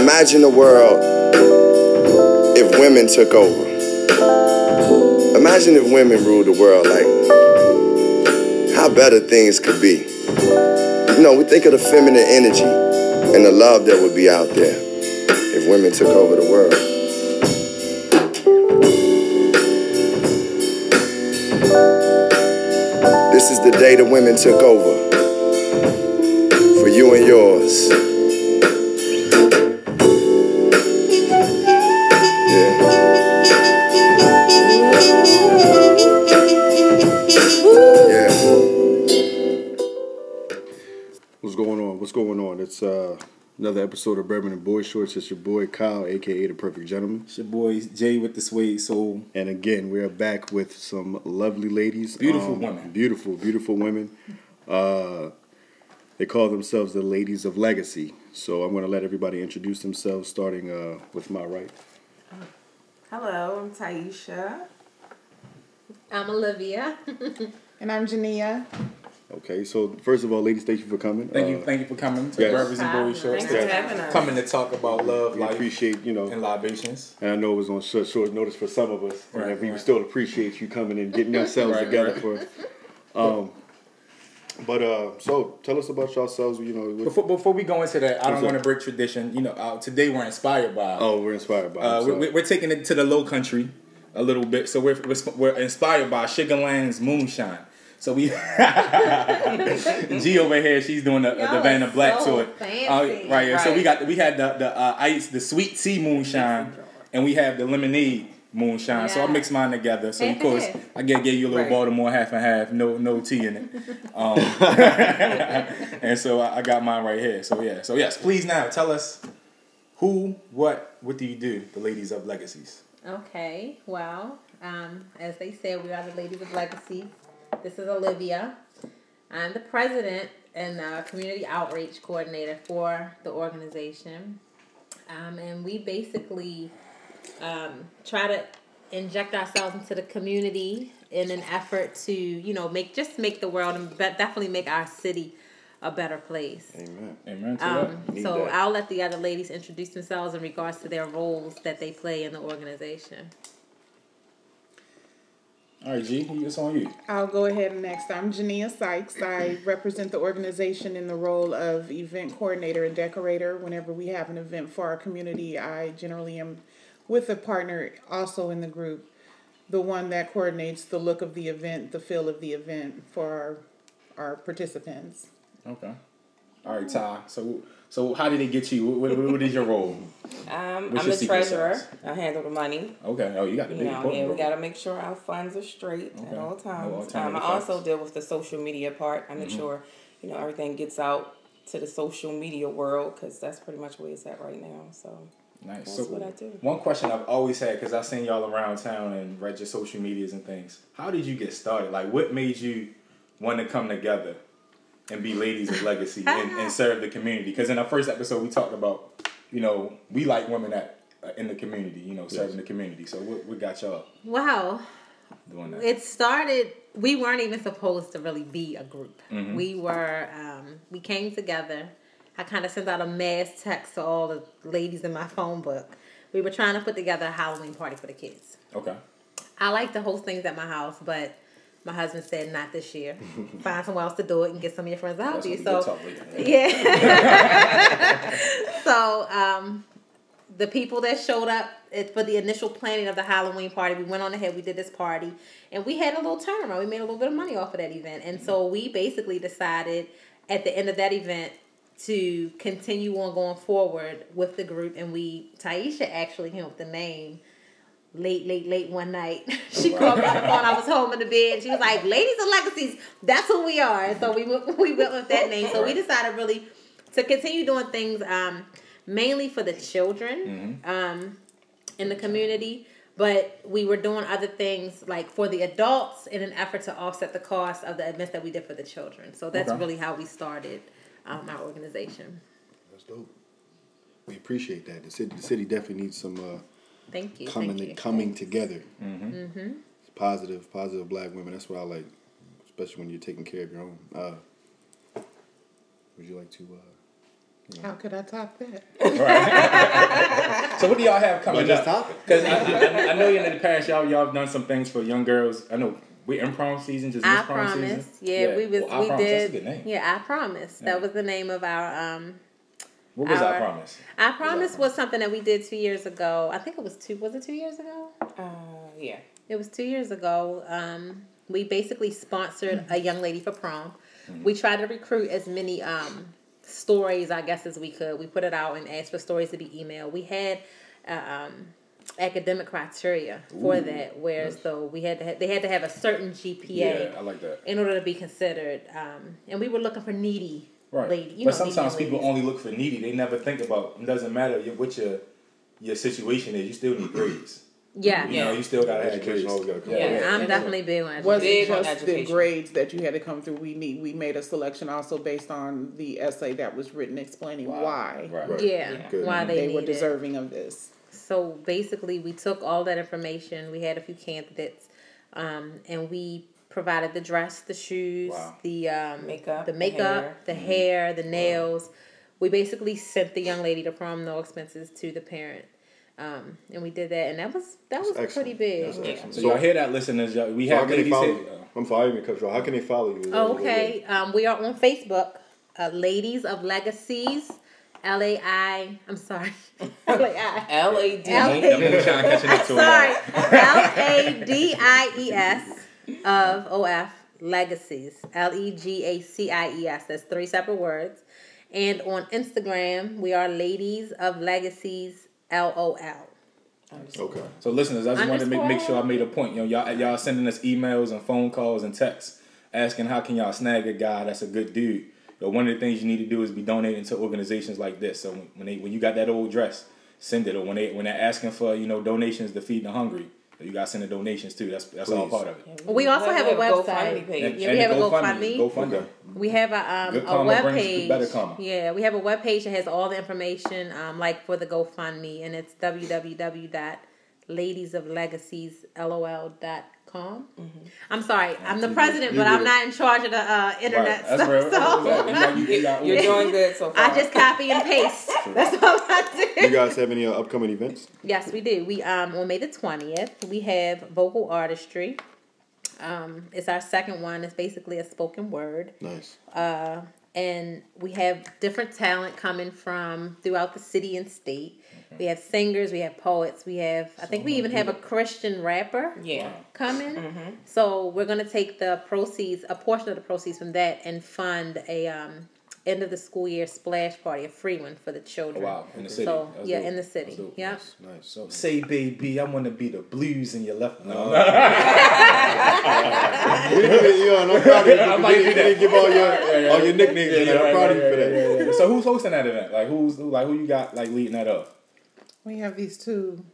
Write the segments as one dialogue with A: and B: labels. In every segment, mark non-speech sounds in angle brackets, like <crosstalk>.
A: Imagine a world if women took over. Imagine if women ruled the world, like how better things could be. You know, we think of the feminine energy and the love that would be out there if women took over the world. This is the day the women took over for you and yours. Yeah. Yeah.
B: What's going on? What's going on? It's uh, another episode of Bourbon and Boy Shorts. It's your boy Kyle, aka the Perfect Gentleman,
C: It's your boy Jay with the suede soul.
B: and again we are back with some lovely ladies, Um,
C: Beautiful women.
B: beautiful, beautiful women. Uh, they call themselves the Ladies of Legacy. So I'm going to let everybody introduce themselves, starting uh, with my right.
D: Hello, I'm Taisha.
E: I'm Olivia. <laughs>
F: And I'm Jania.
B: Okay, so first of all, ladies, thank you for coming.
C: Thank
B: Uh,
C: you, thank you for coming to
B: yes.
C: Brothers and Boys Show.
D: Thanks for having us.
C: Coming to talk about love,
B: We
C: life,
B: appreciate you know
C: and libations.
B: And I know it was on short, short notice for some of us, and
C: Right,
B: we
C: right.
B: still appreciate you coming and <laughs> getting ourselves
C: Right,
B: together
C: right.
B: for us. Um, but uh, so tell us about yourselves. You know, what,
C: Before, before we go into that, I
B: What's
C: don't
B: up?
C: want to break tradition. You know, uh, today we're inspired by.
B: oh, we're inspired by.
C: uh,
B: it,
C: we're,
B: so-
C: we're- we're taking it to the Low Country a little bit, so we're we're, we're inspired by Sugar Land's moonshine. So we, <laughs> G over here, she's doing the, the
E: Y'all
C: Vanna
E: are
C: Black
E: so
C: tour,
E: fancy.
C: Uh, right, yeah. So we
D: Right.
C: got we had the the uh, ice, the sweet tea moonshine, and we have the lemonade moonshine. So I
E: Yeah.
C: mixed mine together. So of
D: <laughs>
E: Half and
C: course
E: half.
C: I gave, gave you a little
D: Right.
C: Baltimore half and half, no no tea in it.
D: <laughs>
C: Um, and so I, I got mine right here. So yeah, so yes, please now tell us who, what, what do you do? The ladies of legacies.
E: Okay, well, um, as they said, we are the Ladies of Legacy. This is Olivia. I'm the president and uh, community outreach coordinator for the organization. Um, and we basically um, try to inject ourselves into the community in an effort to, you know, make just make the world and be- definitely make our city a better place.
B: Amen.
C: Amen to
E: Um,
C: that.
B: Need
E: so
B: that.
E: I'll let the other ladies introduce themselves in regards to their roles that they play in the organization.
C: All right, G, who- it's on you.
F: I'll go ahead and next. I'm Jania Sykes. I represent the organization in the role of event coordinator and decorator. Whenever we have an event for our community, I generally am with a partner also in the group, the one that coordinates the look of the event, the feel of the event for our, our participants.
C: Okay. All right, Ty. So, so how did they get you? What, what, what is your role?
D: Um,
C: What's
D: I'm
C: your
D: the
C: secret
D: treasurer.
C: sauce?
D: I handle the money.
C: Okay. Oh, you got the
D: You
C: big
D: know,
C: important
D: yeah, we
C: role.
D: gotta make sure our funds are straight
C: Okay.
D: at all
C: No
D: times. um,
C: alternative
D: I also
C: facts. Mm-hmm.
D: deal with the social media part. I make sure you know everything gets out to the social media world because that's pretty much where it's at right now. So
C: Nice.
D: That's
C: so,
D: what I do.
C: one question I've always had because I've seen y'all around town and read your social medias and things. How did you get started? Like, what made you want to come together and be ladies of legacy
D: <laughs>
C: and, and serve the community? Because in our first episode, we talked about, you know, we like women that uh, in the community, you know, serving the community. So, what, what got y'all
E: Wow,
C: doing that?
E: it started. We weren't even supposed to really be a group.
C: Mm-hmm.
E: We were. Um, we came together. I kind of sent out a mass text to all the ladies in my phone book. We were trying to put together a Halloween party for the kids.
C: okay.
E: I like to host things at my house, but my husband said not this
C: <laughs>
E: year. Find somewhere else to do it and get some of your friends to help
C: That's
E: you.
C: what we
E: So
C: could talk later.
E: Yeah. <laughs> so um, the people that showed up it, for the initial planning of the Halloween party, we went on ahead, we did this party, and we had a little turnaround. We made a little bit of money off of that event. And so we basically decided at the end of that event to continue on going forward with the group. And we, Taisha actually came up with the name late, late, late one night. <laughs> she called me on the phone. I was home in the bed. She was like, "Ladies of Legacies, that's who we are." And so we went, we went with that name. So we decided really to continue doing things um, mainly for the children
B: Mm-hmm.
E: um, in the community. But we were doing other things like for the adults in an effort to offset the cost of the events that we did for the children. So that's
C: Okay.
E: really how we started um, our organization.
B: That's dope. We appreciate that. The city, the city definitely needs some uh,
E: Thank you.
B: coming
E: thank you.
B: coming together. Mm-hmm. Positive, positive black women. That's what I like, especially when you're taking care of your own. Uh, would you like to uh,
F: How could I top that?
C: <laughs> So what do y'all have coming
B: But just
C: up?
B: topic.
C: Because I, I, I know in the past y'all y'all have done some things for young girls. I know we in prom season, just
E: I
C: Miss prom
E: promise.
C: season.
E: Yeah, we was
C: Well, I
E: we
C: promise.
E: did.
C: That's a good name.
E: Yeah, I promise.
C: Yeah.
E: That was the name of our um
C: What was I
E: Our-
C: promise?
E: I promise was something that we did two years ago. I think it was two. Was it two years ago?
D: Uh, yeah.
E: It was two years ago. Um, we basically sponsored a young lady for prom.
C: Mm-hmm.
E: We tried to recruit as many um, stories, I guess, as we could. We put it out and asked for stories to be emailed. We had uh, um, academic criteria for
C: Ooh,
E: that, where so we had to have, they had to have a certain GPA
C: I like that.
E: in order to be considered. Um, and we were looking for needy
C: Right.
E: lady. You
C: but
E: know, needy
C: sometimes people
E: ladies.
C: only look for needy. They never think about. It doesn't matter your- what your your situation is. You still need grades.
E: yeah.
C: You know, you still gotta have grades.
B: Education always gotta come
C: Yeah.
D: first.
E: I'm
D: Yeah.
E: definitely big on
F: Was
E: education.
F: it
D: Big on
F: just the
D: education.
F: grades that you had to come through? We need we made a selection also based on the essay that was written explaining why
C: Right.
B: Right.
E: yeah,
B: Good.
E: why they,
F: they, were
E: need it.
F: deserving of this.
E: So basically, we took all that information. We had a few candidates, um, and we provided the dress, the shoes,
C: Wow.
E: the um,
D: Makeup,
E: the
D: the hair.
E: makeup, the hair, the, nails. We basically sent the young lady to prom, no expenses to the parent, um, and we did that, and that was that was pretty
B: excellent.
E: big.
B: That's excellent.
C: So, y'all hear that, listeners? Y'all, we
B: So how
C: have
B: can they
C: ladies
B: follow
C: here.
B: you? I'm sorry, I didn't mean to cut you. off. How can they follow you?
E: Okay, um, we are on Facebook, uh, Ladies of Legacies, L A I. I'm sorry, <laughs> L A I.
D: L A D.
E: L-
D: L
B: <laughs>
C: That moonshine catching up
B: uh,
C: to
E: Sorry,
C: it.
E: L A D I E S of O F Legacies. L E G A C I E S. That's three separate words. And on Instagram, we are Ladies of Legacies L O L.
B: Okay.
C: So listeners, I just wanted to make, make sure I
E: Underscore.
C: made a point. You know, y'all y'all sending us emails and phone calls and texts asking how can y'all snag a guy that's a good dude. But one of the things you need to do is be donating to organizations like this. So when- when they when you got that old dress, send it. Or when they when they're asking for you know donations to feed the hungry, you got to send the donations too. That's that's all
B: Please.
C: part of it.
E: We also have a website.
D: page.
E: Yeah, we have a GoFundMe.
C: GoFundMe.
E: We have a um
C: Good
E: a
C: karma
E: web
C: brings
E: page.
C: better karma.
E: Yeah, we have a web page that has all the information um like for the GoFundMe and it's www.ladiesoflegacieslol.com.
C: Mm-hmm.
E: I'm sorry, I'm the president, but I'm
B: good.
E: not in charge of the uh, internet
C: Right. That's
E: stuff.
C: real.
E: So
C: You, you got,
D: You're doing good so far.
E: <laughs> I just copy and paste. <laughs> That's all I do.
B: You guys have any uh, upcoming events?
E: <laughs> Yes, we do. We um on May the twentieth we have vocal artistry. Um, it's our second one. It's basically a spoken word.
B: <laughs> Nice.
E: and we have different talent coming from throughout the city and state.
C: Mm-hmm.
E: We have singers, we have poets, we have I think we even have a Christian rapper
D: Yeah.
E: coming.
C: Mm-hmm.
E: So we're gonna take the proceeds, a portion of the proceeds from that, and fund a um, end of the school year splash party, a free one for the children.
C: Oh, Wow, in the city.
E: So
C: That's
E: yeah,
C: dope.
E: in the
C: That's
E: city.
C: dope.
E: Yep.
B: Nice. Nice.
C: Say, baby, I want to be the blues in your left. No.
B: We did it, Eon. I'm proud of you.
C: <laughs> I'm
B: I'm
C: like,
B: you didn't give all your,
C: <laughs>
B: all your nicknames.
C: Yeah, yeah,
B: man. I'm
C: right,
B: proud of you for
C: right, right,
B: that.
C: right, right, right. So who's hosting that event? Like who's who- like who you got like leading that up?
F: We have these two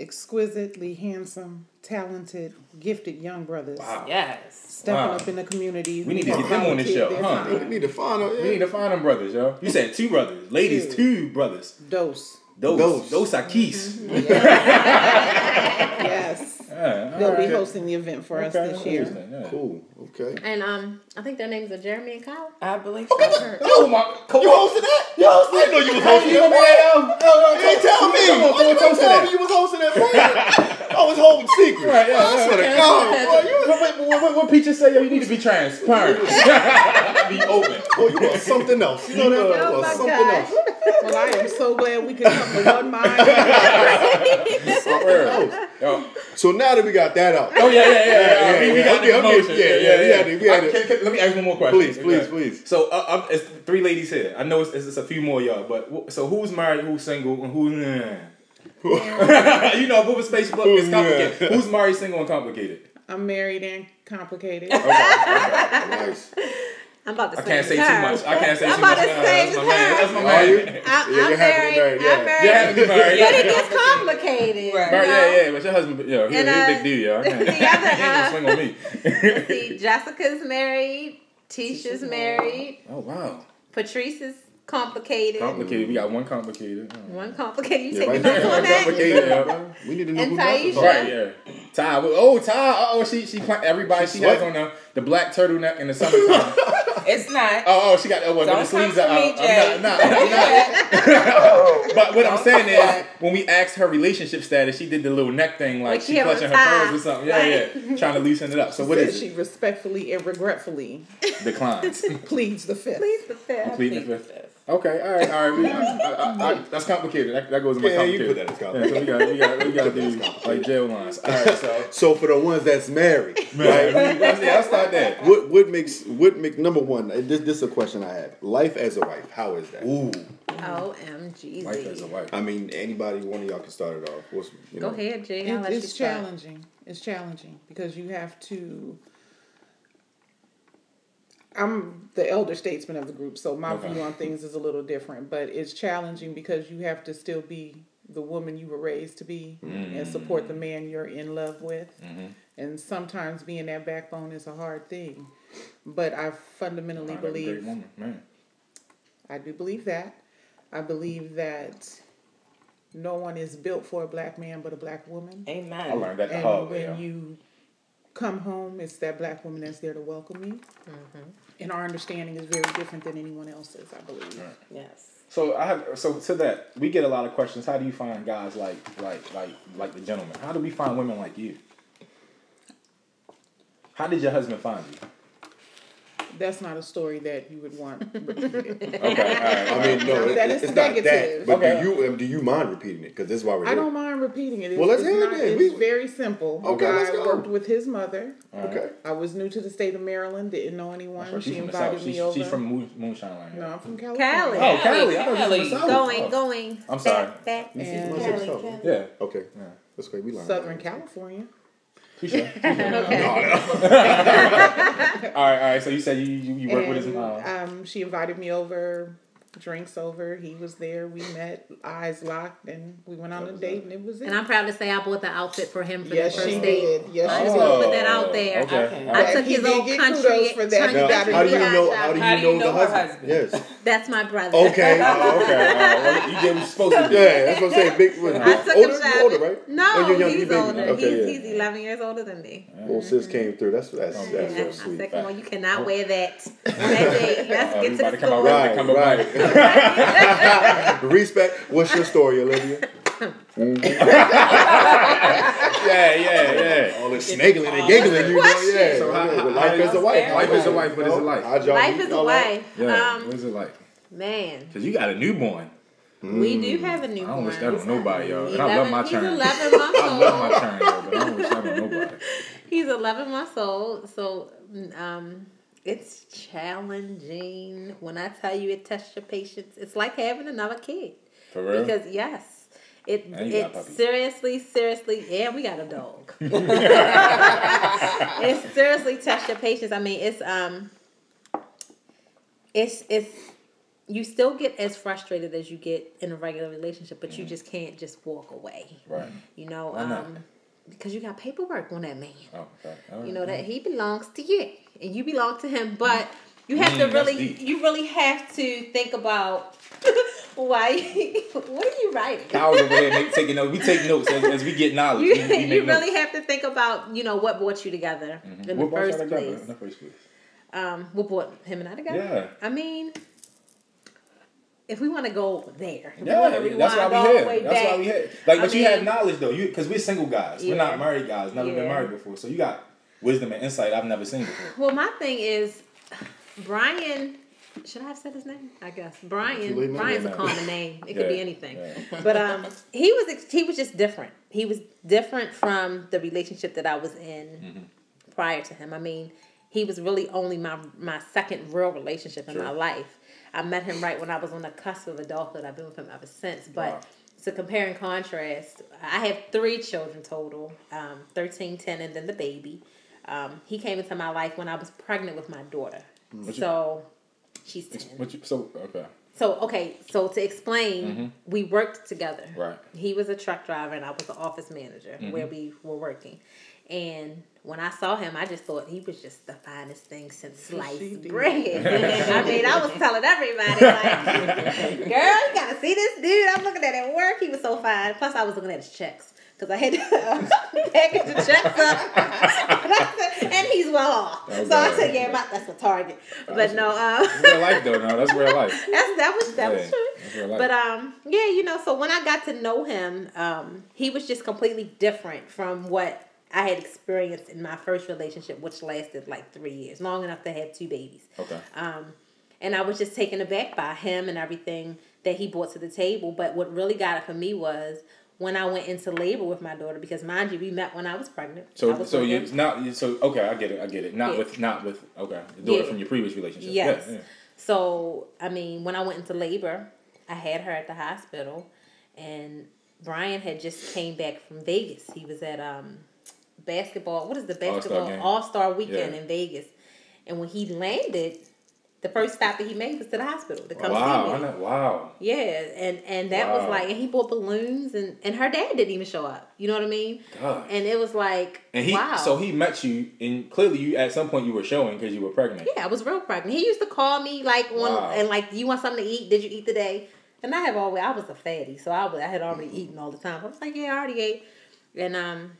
F: exquisitely handsome, talented, gifted young brothers
D: Yes.
F: stepping
C: Wow.
F: up in the community.
C: We need to get them on the show, huh?
B: We need to find out.
C: We need
B: Yeah.
C: to find them brothers, yo. You said two brothers, ladies,
F: Two.
C: two brothers.
F: Dose.
C: Those
B: Those.
C: those, are keys.
B: Mm-hmm.
F: Yes.
C: Yeah, all
F: They'll be
C: right.
F: hosting the event for us
C: Okay,
F: this year.
C: interesting, yeah.
B: Cool. Okay.
E: And um, I think their names are Jeremy and Kyle.
D: I believe so.
C: Oh my! Come
B: You
C: on,
B: hosted that? You hosted that? I know you was hosting
C: come
B: that.
C: on, yo.
B: You ain't tell me.
C: Come on, come on,
B: Why you
C: toast to
B: tell me
C: that.
B: you was hosting
C: <laughs>
B: that? boy? I was holding secrets.
C: Right, yeah,
B: I
C: yeah,
B: swear to
C: okay.
B: God, boy, you
C: What, what, what, what, what Peaches say? Yo, you need to be transparent.
B: <laughs>
C: <laughs> be open.
B: Boy, you was something else. You know that? You
E: Oh
B: was
E: my
B: something
E: gosh.
B: else.
F: Well, I am so glad we could come to one mind.
B: Something else.
C: Yo.
B: So now that we got that out,
C: Oh yeah, yeah, yeah. yeah,
B: yeah,
C: We, we
B: yeah.
C: got
B: Okay,
C: the
B: okay,
C: emotion.
B: yeah, yeah, we had it, we had
C: I-
B: it.
C: can- can- let me ask one more question.
B: Please, please,
C: Okay.
B: please.
C: So, uh, uh, it's three ladies here. I know it's, it's, it's a few more y'all, but wh- so who's married, who's single, and who's <laughs> you know, Booba Space Book is
B: Who's
C: complicated.
B: meh?
C: Who's married, single,
B: <laughs>
C: and complicated?
F: I'm married and complicated.
B: nice.
E: I'm about to.
C: I can't say
E: sing
C: too
E: her.
C: much. I can't say
E: I'm
C: too
E: about
C: much.
E: to
C: No, no,
E: say
C: That's my man. That's my
B: Are you?
C: man. <laughs>
E: I'm,
B: Yeah, you
E: I'm
B: have to be
E: married.
B: married, yeah.
E: I'm married.
C: You have to be married.
E: But it
C: Yeah,
E: gets complicated.
D: Right.
E: you know?
C: yeah, yeah. But your husband, yo, he, he
E: And,
C: a
E: uh,
C: big dude, y'all. <laughs> He ain't
E: the other,
C: gonna
E: uh,
C: swing on me.
E: See, Jessica's married. Tisha's married.
C: <laughs> Oh wow,
E: Patrice is complicated.
C: complicated. We got one complicated. Oh.
E: One complicated. You
B: Yeah, right
E: taking
B: there.
E: notes on that?
B: Complicated,
C: Yeah.
B: bro. We need to know
E: And
B: who that's
E: Taisha.
B: about.
C: Right, yeah. Ty, well, oh Ty, oh she she pla- everybody
B: She's
C: she has on
B: sweating.
D: <laughs>
C: the, the black turtleneck in the summertime.
D: <laughs> It's not.
C: Oh, oh, she got that one. with
D: Don't
C: the sleeves
D: come
C: are
D: for
C: out.
D: me, Jay.
C: I'm not, not, I'm
D: <laughs>
C: not. <laughs> But what I'm
D: Don't
C: saying
D: do
C: is,
D: that.
C: when we asked her relationship status, she did the little neck thing, like
E: Like she
C: she
E: had on
C: clutching
E: the
C: her
E: tie.
C: pearls or something. Yeah,
D: <laughs>
C: yeah, trying to loosen it up. So what
F: Said
C: is
F: she
C: it?
F: respectfully and regretfully
D: <laughs>
C: Declines.
F: pleads the fifth.
E: Please the fifth.
C: Pleading the fifth. Okay, all right, all right. We, I, I, I, that's complicated. That, that goes in my
B: Yeah, you can put that
C: complicated.
B: as
C: Yeah, so we got, we
B: <laughs>
C: got, we got to do like jail lines. All right, so <laughs>
B: So for the ones that's married,
C: right, let's, yeah, let's start there.
B: what what makes what make number one? uh, This this is a question I have. Life as a wife, how is that?
C: Ooh,
E: OMG.
C: life as a wife.
B: I mean, anybody, one of y'all can start it off. What's, you
E: Go
B: know,
E: ahead, Jay. I'll
F: It,
E: let you
F: it's
E: start.
F: challenging. It's challenging because you have to. I'm the elder statesman of the group, so my
C: Okay.
F: view on things is a little different. But it's challenging because you have to still be the woman you were raised to be and support
C: Mm.
F: the man you're in love with.
C: Mm-hmm.
F: And sometimes being that backbone is a hard thing. But I fundamentally
C: Not every great
F: believe
C: woman, man.
F: I do believe that. I believe that no one is built for a black man but a black woman.
D: Amen.
C: I learned that the
F: And
C: hard way.
F: when
C: yo.
F: you come home, it's that black woman that's there to welcome you. And our understanding is very different than anyone else's, I believe.
D: Yes.
C: So I have so to that we get a lot of questions. How do you find guys like like like like the gentleman? How do we find women like you? How did your husband find
F: <laughs>
C: you?
F: That's not a story that you would want repeated.
C: Okay, all right.
B: I mean, no, it,
F: <laughs> That is
B: it's not that.
F: negative.
B: But
C: Okay.
B: do you um, do you mind repeating it? Because this is why we're
F: I
B: here.
F: don't mind repeating it. It's,
B: Well, let's
F: it's
B: hear it
F: not-
B: then.
F: It's
B: We-
F: very simple.
B: Okay,
F: I
B: let's go.
F: worked with his mother.
B: Okay.
F: I was new to the state of Maryland, didn't know anyone.
C: She's
F: She
C: from the south.
F: invited
C: She's,
F: me
C: she's
F: over.
C: from Moon, Moonshine Land.
F: no, I'm from California.
E: Cali.
C: Oh, Cali. I thought you were from
D: Cali.
C: the south.
E: Going,
C: Oh.
E: going.
C: I'm sorry.
E: Back, back.
B: You see,
F: And-
B: my sister's
E: Kelly,
B: southern.
C: Oh. Yeah.
B: Okay. That's great. We learned.
F: Southern California. <laughs>
C: Touche. Touche. Oh, <laughs> all right, all right. So you said you you, you work with his
F: And,
C: mom.
F: Um, she invited me over, drinks over. He was there. We met, eyes locked, and we went on a date, and it was it.
E: And I'm proud to say I bought the outfit for him for
F: yes,
E: the first
F: she
E: date.
F: did. Yes,
E: I
F: she
E: just
F: did.
C: Oh.
E: wanna put that out there.
C: Okay.
D: Okay.
C: all
E: I
C: right.
F: That
E: took
F: he
E: his
F: did
E: old
F: get
E: country.
F: kudos for that.
E: country
F: You
B: Now,
F: gotta
B: how do you
E: guy
B: know?
E: job.
B: How do you
D: How do you
B: know
D: know
B: the
D: her
B: husband?
D: husband?
B: Yes.
E: That's my brother.
B: Okay.
D: <laughs>
B: oh,
C: Okay,
B: okay.
C: all right. Well, you did what you're supposed
F: <laughs>
C: to do.
B: Yeah, that's what I'm saying. Big. What,
E: I took
B: older,
E: him
B: you
E: shopping.
B: older, right?
E: No,
B: Oh, you're young,
E: he's
B: you baby.
E: older.
B: Okay,
E: he's,
B: yeah.
E: he's 11 years older than me.
B: Well, sis came through. That's that's that's
D: <laughs>
E: Yeah,
B: so
E: I said,
B: sweet.
E: come on, you cannot wear that on
C: <laughs>
E: that date. Let's
C: Uh,
E: get
C: you
E: to
C: Oh. about
E: the
C: to come out
E: story.
C: right,
B: Right,
C: come
B: right.
C: right.
B: Respect. What's your story, Olivia?
C: <laughs> Yeah, yeah, yeah.
B: All this sniggling and giggling, you know. Yeah.
C: So how-
B: yeah,
C: how-
B: but life
C: how-
B: is a wife.
C: Life is a wife. What is it
B: No,
C: like?
B: how'd y'all
E: Life
B: meet?
E: is a
B: Y'all like-
E: wife.
C: <laughs> Yeah.
E: Um,
C: what is it like?
E: man,
C: Cause you got a newborn.
E: we do have a
C: Mm. I
E: newborn.
C: don't wish that on nobody, y'all. And I love
E: 11
C: my
E: he's
C: turn.
E: 11
C: <laughs>
E: months
C: I love
E: old.
C: my turn, yo, but I don't wish that on nobody.
E: He's 11 months old. So, um, it's challenging. When I tell you it tests your patience, it's like having another kid.
C: For real.
E: Because yes, it
C: And you got
E: it
C: puppies.
E: seriously, seriously, and we got
C: <laughs>
E: a dog. it seriously tests your patience. I mean, it's um, it's it's you still get as frustrated as you get in a regular relationship, but you just can't just walk away.
C: right.
E: You know,
C: Why not?
E: um, because you got paperwork on that man
C: Oh, okay. All right.
E: you know that he belongs to you and you belong to him but you have
C: Mm,
E: to
C: that's
E: really
C: deep.
E: you really have to think about <laughs> why <laughs> what are you writing
C: Kyle's over
E: <laughs>
C: here make, taking notes. We take notes as, as we get knowledge.
E: you,
C: we, we make
E: you
C: notes.
E: really have to think about you know what brought you together <laughs> in
C: What
E: the
C: brought y'all
E: first
C: together
E: place
C: in the first place?
E: um what brought him and i together
C: Yeah.
E: i mean if we want to go there if we
C: Yeah,
E: wanna rewind
C: that's why
E: all
C: we
E: the
C: here.
E: way
C: That's why
E: back,
C: we here. Like,
E: I
C: but you have
E: mean-
C: knowledge though, you because we're single guys. We're
E: Yeah.
C: not married guys. Never been
E: Yeah.
C: married before, so you got wisdom and insight I've never seen before.
E: well my thing is brian should i have said his name i guess
B: You leave
E: brian
B: me
E: brian's a
C: alone.
E: common name it could be
C: Yeah,
E: anything
C: yeah.
E: but um, he was ex- he was just different. He was different from the relationship that I was in prior to him. I mean, he was really only my my second real relationship in my life. I met him right when I was on the cusp of adulthood. I've been with him ever since. But
C: Wow.
E: to compare and contrast, I have three children total: um, 13, 10, and then the baby. Um, he came into my life when I was pregnant with my daughter.
C: Mm-hmm.
E: So she's ten.
C: But you, so okay,
E: So okay, so to explain, we worked together.
C: Mm-hmm. Right.
E: He was a truck driver and I was the office manager
C: Mm-hmm.
E: where we were working. And when I saw him, I just thought he was just the finest thing since
F: she
E: sliced
F: did.
E: bread.
C: <laughs>
E: I mean, I was telling everybody, like, girl, you gotta see this dude. I'm looking at it at work. He was so fine. Plus, I was looking at his checks because I had to <laughs> package the checks up. <laughs> and he's well off.
C: That was
E: So I
C: bad.
E: said, yeah, my, that's a target. But no,
C: That's
E: um,
C: real life though. No, that's real life.
E: <laughs> that's, that was that
C: Yeah,
E: was true.
C: that's real life.
E: But um, yeah, you know, so when I got to know him, um, he was just completely different from what I had experienced in my first relationship, which lasted like three years, long enough to have two babies.
C: Okay.
E: Um, and I was just taken aback by him and everything that he brought to the table. But what really got it for me was when I went into labor with my daughter, because mind you, we met when I was pregnant. I
C: So
E: was
C: so you
E: working.
C: not so okay. I get it. I get it. Not
E: Yeah.
C: with not with okay. The daughter
E: Yeah.
C: from your previous relationship.
E: Yes.
C: Yeah, yeah.
E: So, I mean, when I went into labor, I had her at the hospital, and Brian had just came back from Vegas. He was at um, basketball. What is the basketball
C: game.
E: All Star Weekend
C: Yeah.
E: in Vegas? And when he landed, the first stop that he made was to the hospital to come
C: Wow.
E: see me.
C: I know. Wow.
E: Yeah, and and that
C: Wow.
E: was like, and he bought balloons, and and her dad didn't even show up. You know what I mean?
C: God.
E: And it was like,
C: And he
E: wow.
C: so he met you and clearly you at some point you were showing because you were pregnant.
E: Yeah, I was real pregnant. He used to call me like on
C: Wow.
E: and like, "You want something to eat? Did you eat today?" And I have always I was a fatty, so I was, I had
B: Mm-hmm.
E: already eaten all the time. I was like, "Yeah, I already ate," and um,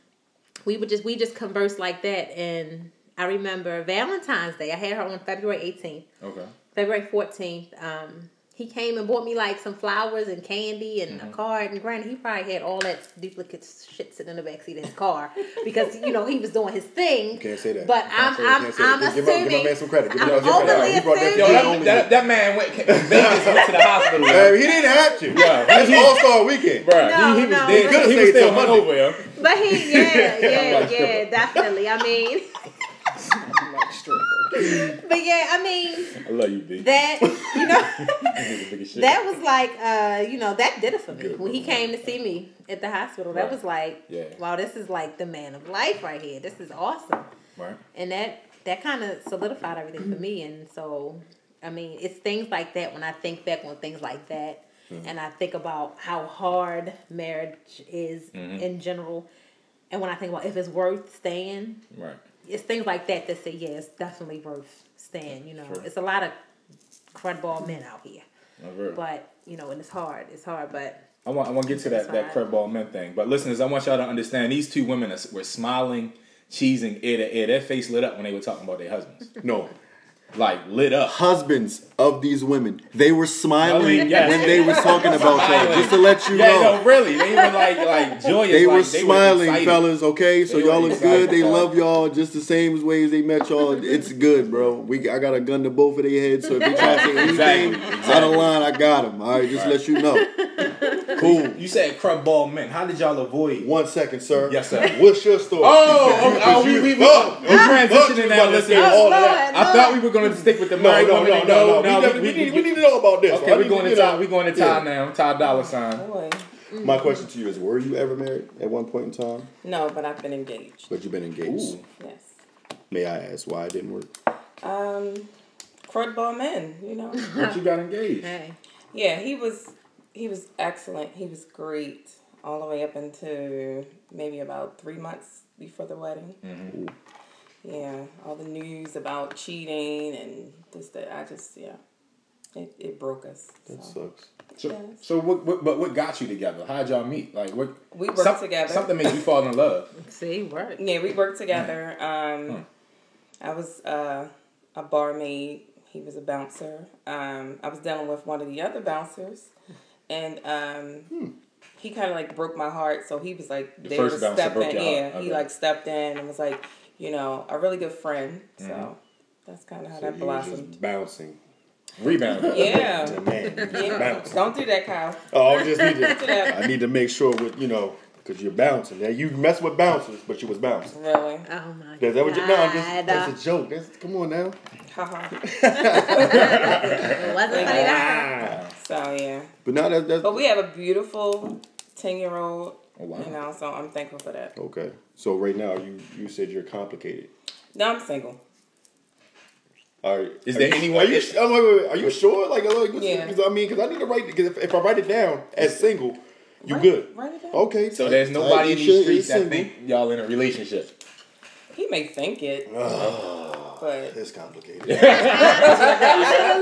E: we would just we just conversed like that. And I remember Valentine's Day. I had her on February eighteenth,
C: Okay.
E: February fourteenth. Um, he came and bought me like some flowers and candy and
B: Mm-hmm.
E: a card. And granted, he probably had all that duplicate shit sitting in the backseat of his car because you know he was doing his thing.
B: Can't say that.
E: But
B: Can't
E: I'm
B: say that.
E: I'm
B: Can't say that.
E: I'm
B: give, my,
E: assuming.
B: give my man some credit. Give
E: I'm
B: my man some credit.
E: overly
B: He brought that
E: assuming-
C: Yo,
B: shit
E: Yeah.
B: on
C: that,
B: me.
C: that, that man went <laughs> Vegas went to the hospital.
B: Hey, he didn't have to.
C: Yeah.
B: That's All Star Weekend.
C: Bruh,
E: No,
C: he, he was
E: no.
C: dead.
E: He
B: could've
C: He, was
B: stayed
C: still
B: till Monday.
C: hungover, yo.
E: But he,
C: <laughs>
E: yeah,
C: I'm
E: yeah,
C: not sure.
E: yeah, definitely. I
C: <laughs>
E: mean, but yeah, I mean
C: I love you, B.
E: that you know <laughs>
C: He's the biggest shit.
E: that was like uh you know that did it for me
C: Good.
E: when he came to see me at the hospital.
C: Right.
E: That was like,
C: Yeah.
E: wow, this is like the man of life right here. This is awesome,
C: right.
E: and that that kind of solidified everything for me. And so, I mean, it's things like that when I think back on things like that.
B: Mm-hmm.
E: And I think about how hard marriage is
B: Mm-hmm.
E: in general. And when I think about if it's worth staying,
C: Right.
E: it's things like that that say, yeah, it's definitely worth staying. You know,
C: Sure.
E: it's a lot of crudball men out here,
C: Not very.
E: but you know, and it's hard. It's hard, but
C: I want, I want to get to that, that
E: That's right.
C: crab ball men thing. But listeners, I want y'all to understand these two women are, were smiling, cheesing ear to ear. Their face lit up when they were talking about their husbands.
B: No.
C: Like, lit up.
B: Husbands of these women, they were smiling
C: Smiling, yes.
B: when they were talking about y'all.
C: Smiling.
B: Just to let you
C: Yeah,
B: know.
C: no, really. They were like, like
B: <laughs>
C: joyous.
B: They
C: like,
B: were
C: they
B: smiling,
C: excited.
B: fellas. Okay, so
C: They were
B: y'all look good.
C: excited,
B: They
C: dog.
B: love y'all just the same as ways they met y'all. It's good, bro. We I got a gun to both of their heads. So if you try to say
C: Exactly,
B: anything out of line, I got them. All right, just let you know.
C: <laughs>
B: Cool.
C: You said crab ball men. How did y'all avoid?
B: One second, sir.
C: Yes, sir.
B: What's your story?
C: Oh, oh, oh, we, we, we,
B: Oh,
C: we're transitioning now,
B: Let's
C: listeners.
B: get all of
E: that.
C: I thought we were going to stick with the
B: No,
C: married
B: no, no,
C: women.
B: no, no. We,
C: we-
B: need- we, need, we need to know about this.
C: Okay,
B: I
C: we're
B: need
C: going to
B: get
C: Ty.
B: out-
C: We're going to Ty
B: Yeah.
C: now. Ty Dollar
D: <laughs>
C: Sign.
D: Boy,
B: My question to you is: Were you ever married at one point in time?
D: no, but I've been engaged.
B: But you've been engaged.
C: Ooh.
D: Yes.
B: May I ask why it didn't work?
D: Um, crudball men, you know.
C: But you got engaged.
E: hey,
D: Yeah, he was he was excellent. He was great all the way up into maybe about three months before the wedding.
C: Mm-hmm.
D: Yeah, all the news about cheating and this that I just yeah, it, it broke us.
B: That
D: So.
B: sucks.
C: So,
D: Yes.
C: so what, what? But what got you together? How'd y'all meet? Like what?
D: We worked
C: some-
D: together.
C: Something made you fall in love.
E: see, work.
D: Yeah, we worked together.
C: Hmm.
D: Um, I was uh, a barmaid. He was a bouncer. Um, I was dealing with one of the other bouncers, and um, he kind of like broke my heart. So he was like,
C: Hmm. The
D: they
C: first
D: was
C: bouncer
D: stepped
C: broke
D: in.
C: your
D: Yeah,
C: heart.
D: he
C: Okay.
D: like stepped in and was like, you know, a really good friend.
C: Mm-hmm.
D: So that's kind of how that
B: You was just
D: blossomed.
B: bouncing.
C: Rebound.
D: Yeah.
B: man, you just
D: <laughs> Yeah.
B: bouncing.
D: Don't do that, Kyle.
B: Oh, I just need
D: <laughs> Do
B: to.
D: that.
B: I need to make sure with you know because you're bouncing. Now you mess with bouncers, but you was bouncing.
D: Really?
E: Oh my
B: That's that what you, no, I'm just,
E: God.
B: that's a joke. That's come on now.
D: Haha.
E: It uh, wasn't funny to her.
D: so yeah,
B: But now that that's
D: but we have a beautiful ten year old.
C: Oh, wow.
D: You know, so I'm thankful for that.
B: okay. So right now you you said you're complicated.
D: No, I'm single.
B: All right.
C: Is
B: Are
C: there
B: you-
C: anyone-
B: Are you, sh- oh, wait, wait, wait. Are you sure? Like, like what's-
D: Yeah.
B: 'cause I mean, because I need to write because if, if I write it down as single, you good.
D: Write it down.
B: Okay.
C: So there's
B: Tight,
C: nobody in
B: tight,
C: these
B: you
C: streets that
B: single.
C: think y'all in a relationship.
D: He may think it, but
C: <laughs>
B: It's complicated.
E: That's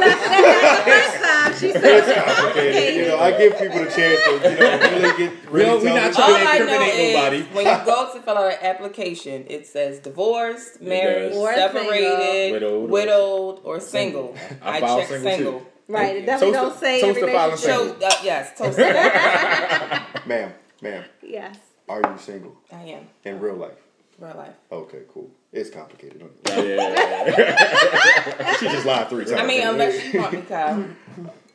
E: the first time. time. She's so
B: You
E: complicated.
B: know, I give people the chance to, you know, really
C: <laughs>
B: get really
C: Well, we
B: tell
C: not
B: the truth.
C: trying to
D: All I know
C: incriminate
D: is
C: nobody.
D: when you go to fill out an application, it says divorced, married,
C: does.
E: Or single.
D: separated,
C: Widowed or-
D: widowed, or single.
C: I
D: I,
C: filed
D: check
C: single,
D: single.
C: too.
E: Right. It definitely
C: Toast
E: don't
C: the-
E: say
C: toast the filing
E: relationship.
C: single.
D: Show, uh, yes, toast.
C: <laughs>
D: I
B: Ma'am, ma'am,
E: Yes.
B: are you single
D: am
B: in real life?
D: real life.
B: Okay, cool. It's complicated. don't it?
C: Yeah.
D: <laughs>
B: She just lied three times.
D: I mean, unless you want me, Kyle.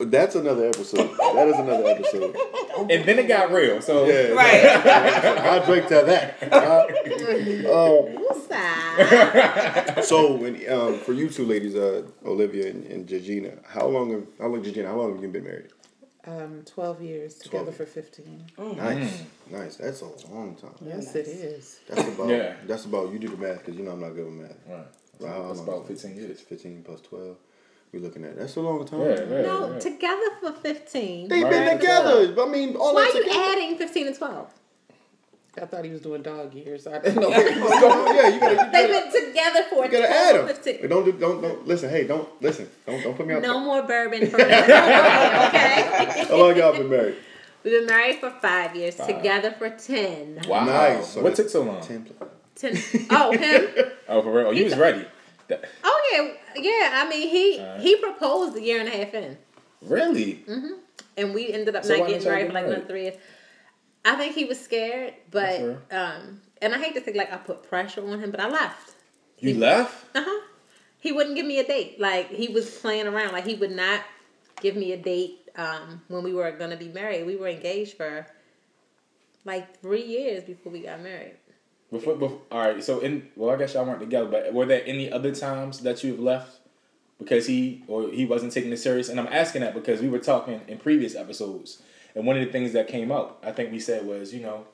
B: that's another episode. That is another episode.
C: And then it got real. So
B: Yeah,
C: <laughs>
D: Right.
B: I drink to that. Uh, um,
E: Woosa.
B: so, when, um, for you two ladies, uh, Olivia and, and Georgina, how long? Have, how long, Georgina? How long have you been married?
F: Um, 12 years together
B: 12
F: for 15.
E: Oh,
C: Mm-hmm.
B: Nice, nice. That's a long time.
F: Yes, it is.
B: That's about.
C: Yeah.
B: That's about. You do the math because you know I'm not good with math.
C: Right.
B: Well, how
C: That's
B: long
C: about
B: is that?
C: 15 years.
B: 15 plus 12. We're looking at that's a long time.
C: Yeah, yeah,
E: No,
C: yeah.
E: together for 15.
B: They've
C: Right.
B: been together. I mean, all
E: Why
B: that
E: are you
B: together.
E: adding 15 and 12?
F: I thought he was doing dog years. I didn't know <laughs> where he was
B: So, <laughs> yeah, you gotta, you
E: They've
B: gotta,
E: been together for
B: you gotta add
E: 12
B: them.
E: 15.
B: But don't, do- don't, don't, listen, hey, don't, listen, don't, don't put me out
E: No
B: there.
E: more bourbon for me. okay.
B: How long y'all been <laughs> married?
E: We've been married for five years, together for 10.
C: Wow.
B: Nice. So
C: what
B: that's
C: took so long?
B: 10 plus.
E: Ten- Oh, him?
C: Oh, for real? Oh, you was ready. That-
E: Oh, yeah. Yeah, I mean, he
C: Alright.
E: he proposed a year and a half in.
C: Really?
D: Mm-hmm.
E: And we ended up
C: So why
E: not
C: didn't
E: getting married
C: y'all
E: for like
C: get
E: another three years. I think he was scared, but,
C: That's
E: um, and I hate to think like I put pressure on him, but I left.
C: You left?
E: Uh-huh. He wouldn't give me a date. Like he was playing around. Like he would not give me a date um when we were gonna be married. We were engaged for like three years before we got married.
C: Before, before, all right. So, in well, I guess y'all weren't together, but were there any other times that you've left because he or he wasn't taking it serious? And I'm asking that because we were talking in previous episodes, and one of the things that came out, I think we said was, you know,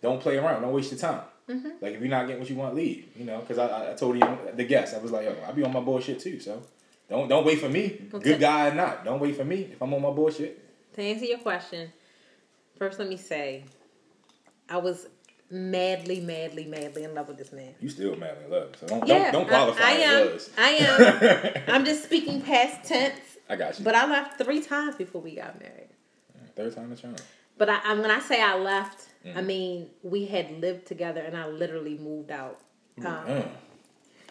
C: don't play around, don't waste your time.
E: Mm-hmm.
C: Like if you're not getting what you want, leave. You know, because I, I- I told you the guest, I was like, Yo, I be on my bullshit too, so don't don't wait for me. Good guy or not, don't wait for me. If I'm on my bullshit,
E: To answer your question, first let me say I was madly, madly, madly in love with this man.
C: you still madly in love. So don't
E: Yeah,
C: don't, don't
E: I-
C: qualify.
E: I,
C: it
E: am.
C: was. <laughs>
E: I am. I'm just speaking past tense.
C: I got you.
E: But I left three times before we got married.
C: Third time the charm.
E: But I, I when I say I left, I
C: Mm.
E: mean we had lived together, and I literally moved out um,
C: Mm,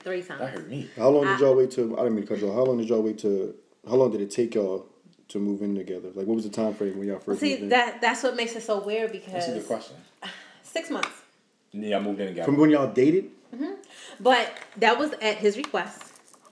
E: three
C: that
E: times.
C: hurt me.
B: How long did y'all wait to, I didn't mean to cut y'all, how long did y'all wait to, how long did it take y'all to move in together? Like, what was the time frame when y'all first moved
E: See
B: in?
E: that that's what makes it so weird
C: That's a good
E: because
C: question.
E: six months.
C: Yeah, I moved in and got
B: From when y'all dated?
E: But that was at his request.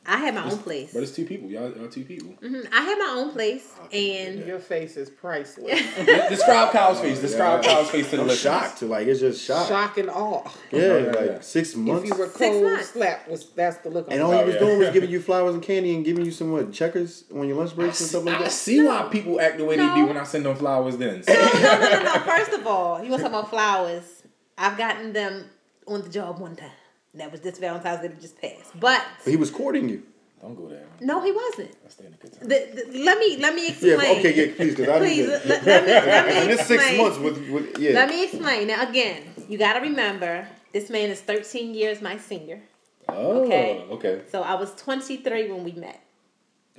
E: I had my own place.
C: But Oh, it's two people. Y'all, y'all two people.
E: Mhm. I had my own place, and
F: Your face
E: <laughs>
F: is priceless.
E: Mm-hmm.
C: Describe Kyle's face. Describe Kyle's face to the
B: I'm
C: listeners.
B: shocked. Like, it's just shocked.
F: Shock and awe.
B: Oh, Yeah,
C: yeah,
B: like
C: yeah.
B: six
F: If
B: months.
F: you were cold,
E: months.
F: slap was that's the look. on
B: and
F: your
B: all
C: Oh,
B: he was
C: yeah.
B: doing <laughs> was giving you flowers and candy and giving you some what checkers on your lunch breaks and stuff like
C: I
B: that.
C: see why people act the way they do
E: No.
C: when I send them flowers. Then
E: <laughs> no, no, no, no, no. First of all, you want to talk about flowers? I've gotten them on the job one time. That was this Valentine's Day that just passed. But
B: But he was courting you.
C: don't go there.
E: no, he wasn't.
C: I stay in a good time.
E: The, the- let me let me
B: Yeah.
E: explain.
B: Okay. Yeah. Please, because I
E: Please
B: need
E: let,
B: it. <laughs>
E: let me let me
B: And it's six
E: explain.
B: months with with yeah.
E: Let me explain. Now, again, you got to remember this man is 13 years my senior.
C: Oh, okay.
E: Okay. So I was 23 when we met.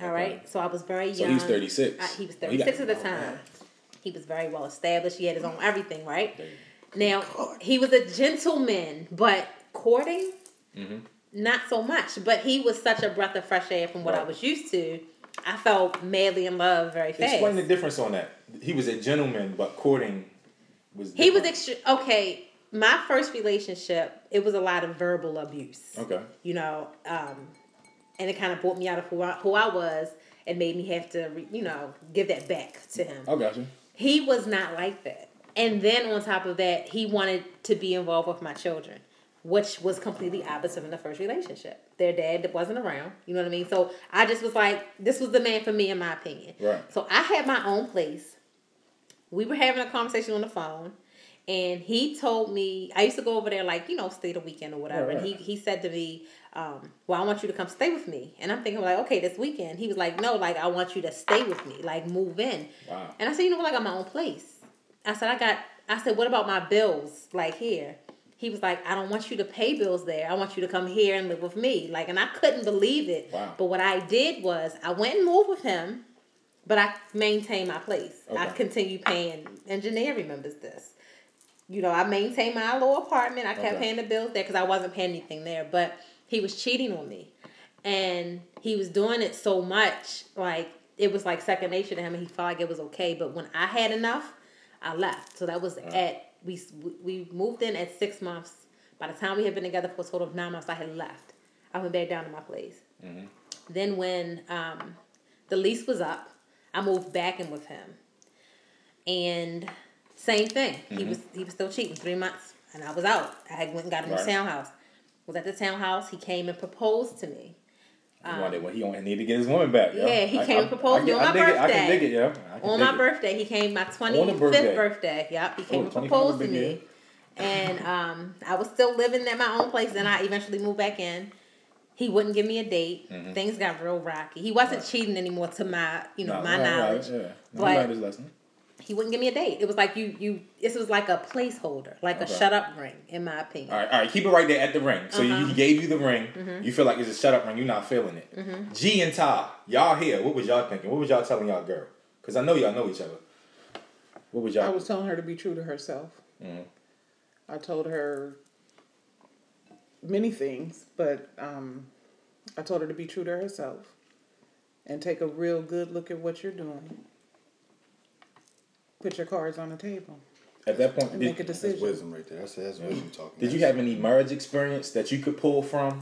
E: All right. So I was very young.
C: So he was 36.
E: I, he was
C: Oh, he got-
E: 36 at the time. He was very well established. He had his own everything, right? Now, he was a gentleman, but courting,
C: Mm-hmm.
E: not so much. But he was such a breath of fresh air from what I
C: Right.
E: was used to. I fell madly in love very fast.
C: Explain the difference on that. He was a gentleman, but courting was.
E: He was
C: different.
E: extre- okay. My first relationship, it was a lot of verbal abuse.
C: Okay.
E: You know, um, and it kind of brought me out of who I, who I was and made me have to, re- you know, give that back to him.
C: I got you.
E: He was not like that. And then on top of that, he wanted to be involved with my children, which was completely opposite in the first relationship. Their dad wasn't around. You know what I mean? So I just was like, this was the man for me, in my opinion.
C: Right.
E: So I had my own place. We were having a conversation on the phone. And he told me, I used to go over there, like, you know, stay the weekend or whatever.
C: Right,
E: And he,
C: right.
E: he said to me, um, Well, I want you to come stay with me. And I'm thinking, like, okay, this weekend. He was like, No, like, I want you to stay with me, like, move in.
C: Wow.
E: And I said, you know what? I got my own place. I said, I got, I said, what about my bills? Like here. He was like, I don't want you to pay bills there. I want you to come here and live with me. Like, and I couldn't believe it.
C: Wow.
E: But what I did was I went and moved with him. But I maintain my place. I
C: Okay.
E: continue paying. And Janae remembers this. You know, I maintained my little apartment. I kept
C: Okay.
E: paying the bills there because I wasn't paying anything there. But he was cheating on me. And he was doing it so much, like, it was like second nature to him, and he felt like it was okay. But when I had enough, I left. So that was
C: Mm.
E: at, we, we moved in at six months. By the time we had been together for a total of nine months, I had left. I went back down to my place.
C: Mm-hmm.
E: Then when um, the lease was up, I moved back in with him, and same thing.
C: Mm-hmm.
E: He was he was still cheating three months, and I was out. I had went and got a new
C: Right.
E: townhouse. Was at the townhouse. He came and proposed to me.
C: I wonder when he don't need to get his woman back. yo.
E: Um, Yeah, he
C: I-
E: came
C: I-
E: and proposed
C: I
E: to me
C: get-
E: on
C: I
E: my
C: dig it. I can
E: birthday.
C: dig it, yo. I can
E: On
C: dig
E: my
C: it.
E: birthday, he came my
C: the
E: twenty fifth
C: birthday.
E: birthday. Yep, he came
C: Oh,
E: and
C: 25
E: proposed to
C: would be
E: me, and um, I was still living at my own place. Then I eventually moved back in. He wouldn't give me a date. Things got real rocky. He wasn't
C: Mm-hmm. Right.
E: cheating anymore, to my you know
C: Nah,
E: my
C: right, right,
E: knowledge.
C: yeah. No,
E: But-
C: he learned his lesson.
E: He wouldn't give me a date. It was like you you. This was like a placeholder, like
C: Okay.
E: a shut up ring, in my opinion.
C: All right, all right. Keep it right there at the ring. So you he gave you the ring. You feel like it's a shut up ring. You're not feeling it. G and Ty, y'all here. What was y'all thinking? What was y'all telling y'all girl? Because I know y'all know each other. What was y'all?
F: I was telling her to be true to herself.
B: Mm-hmm.
F: I told her many things, but um, I told her to be true to herself and take a real good look at what you're doing. Put your cards on the table.
C: at that point,
F: make a
C: did,
B: That's
F: decision.
B: wisdom right there. That's, that's wisdom talking.
C: did you
B: That's-
C: have any marriage experience that you could pull from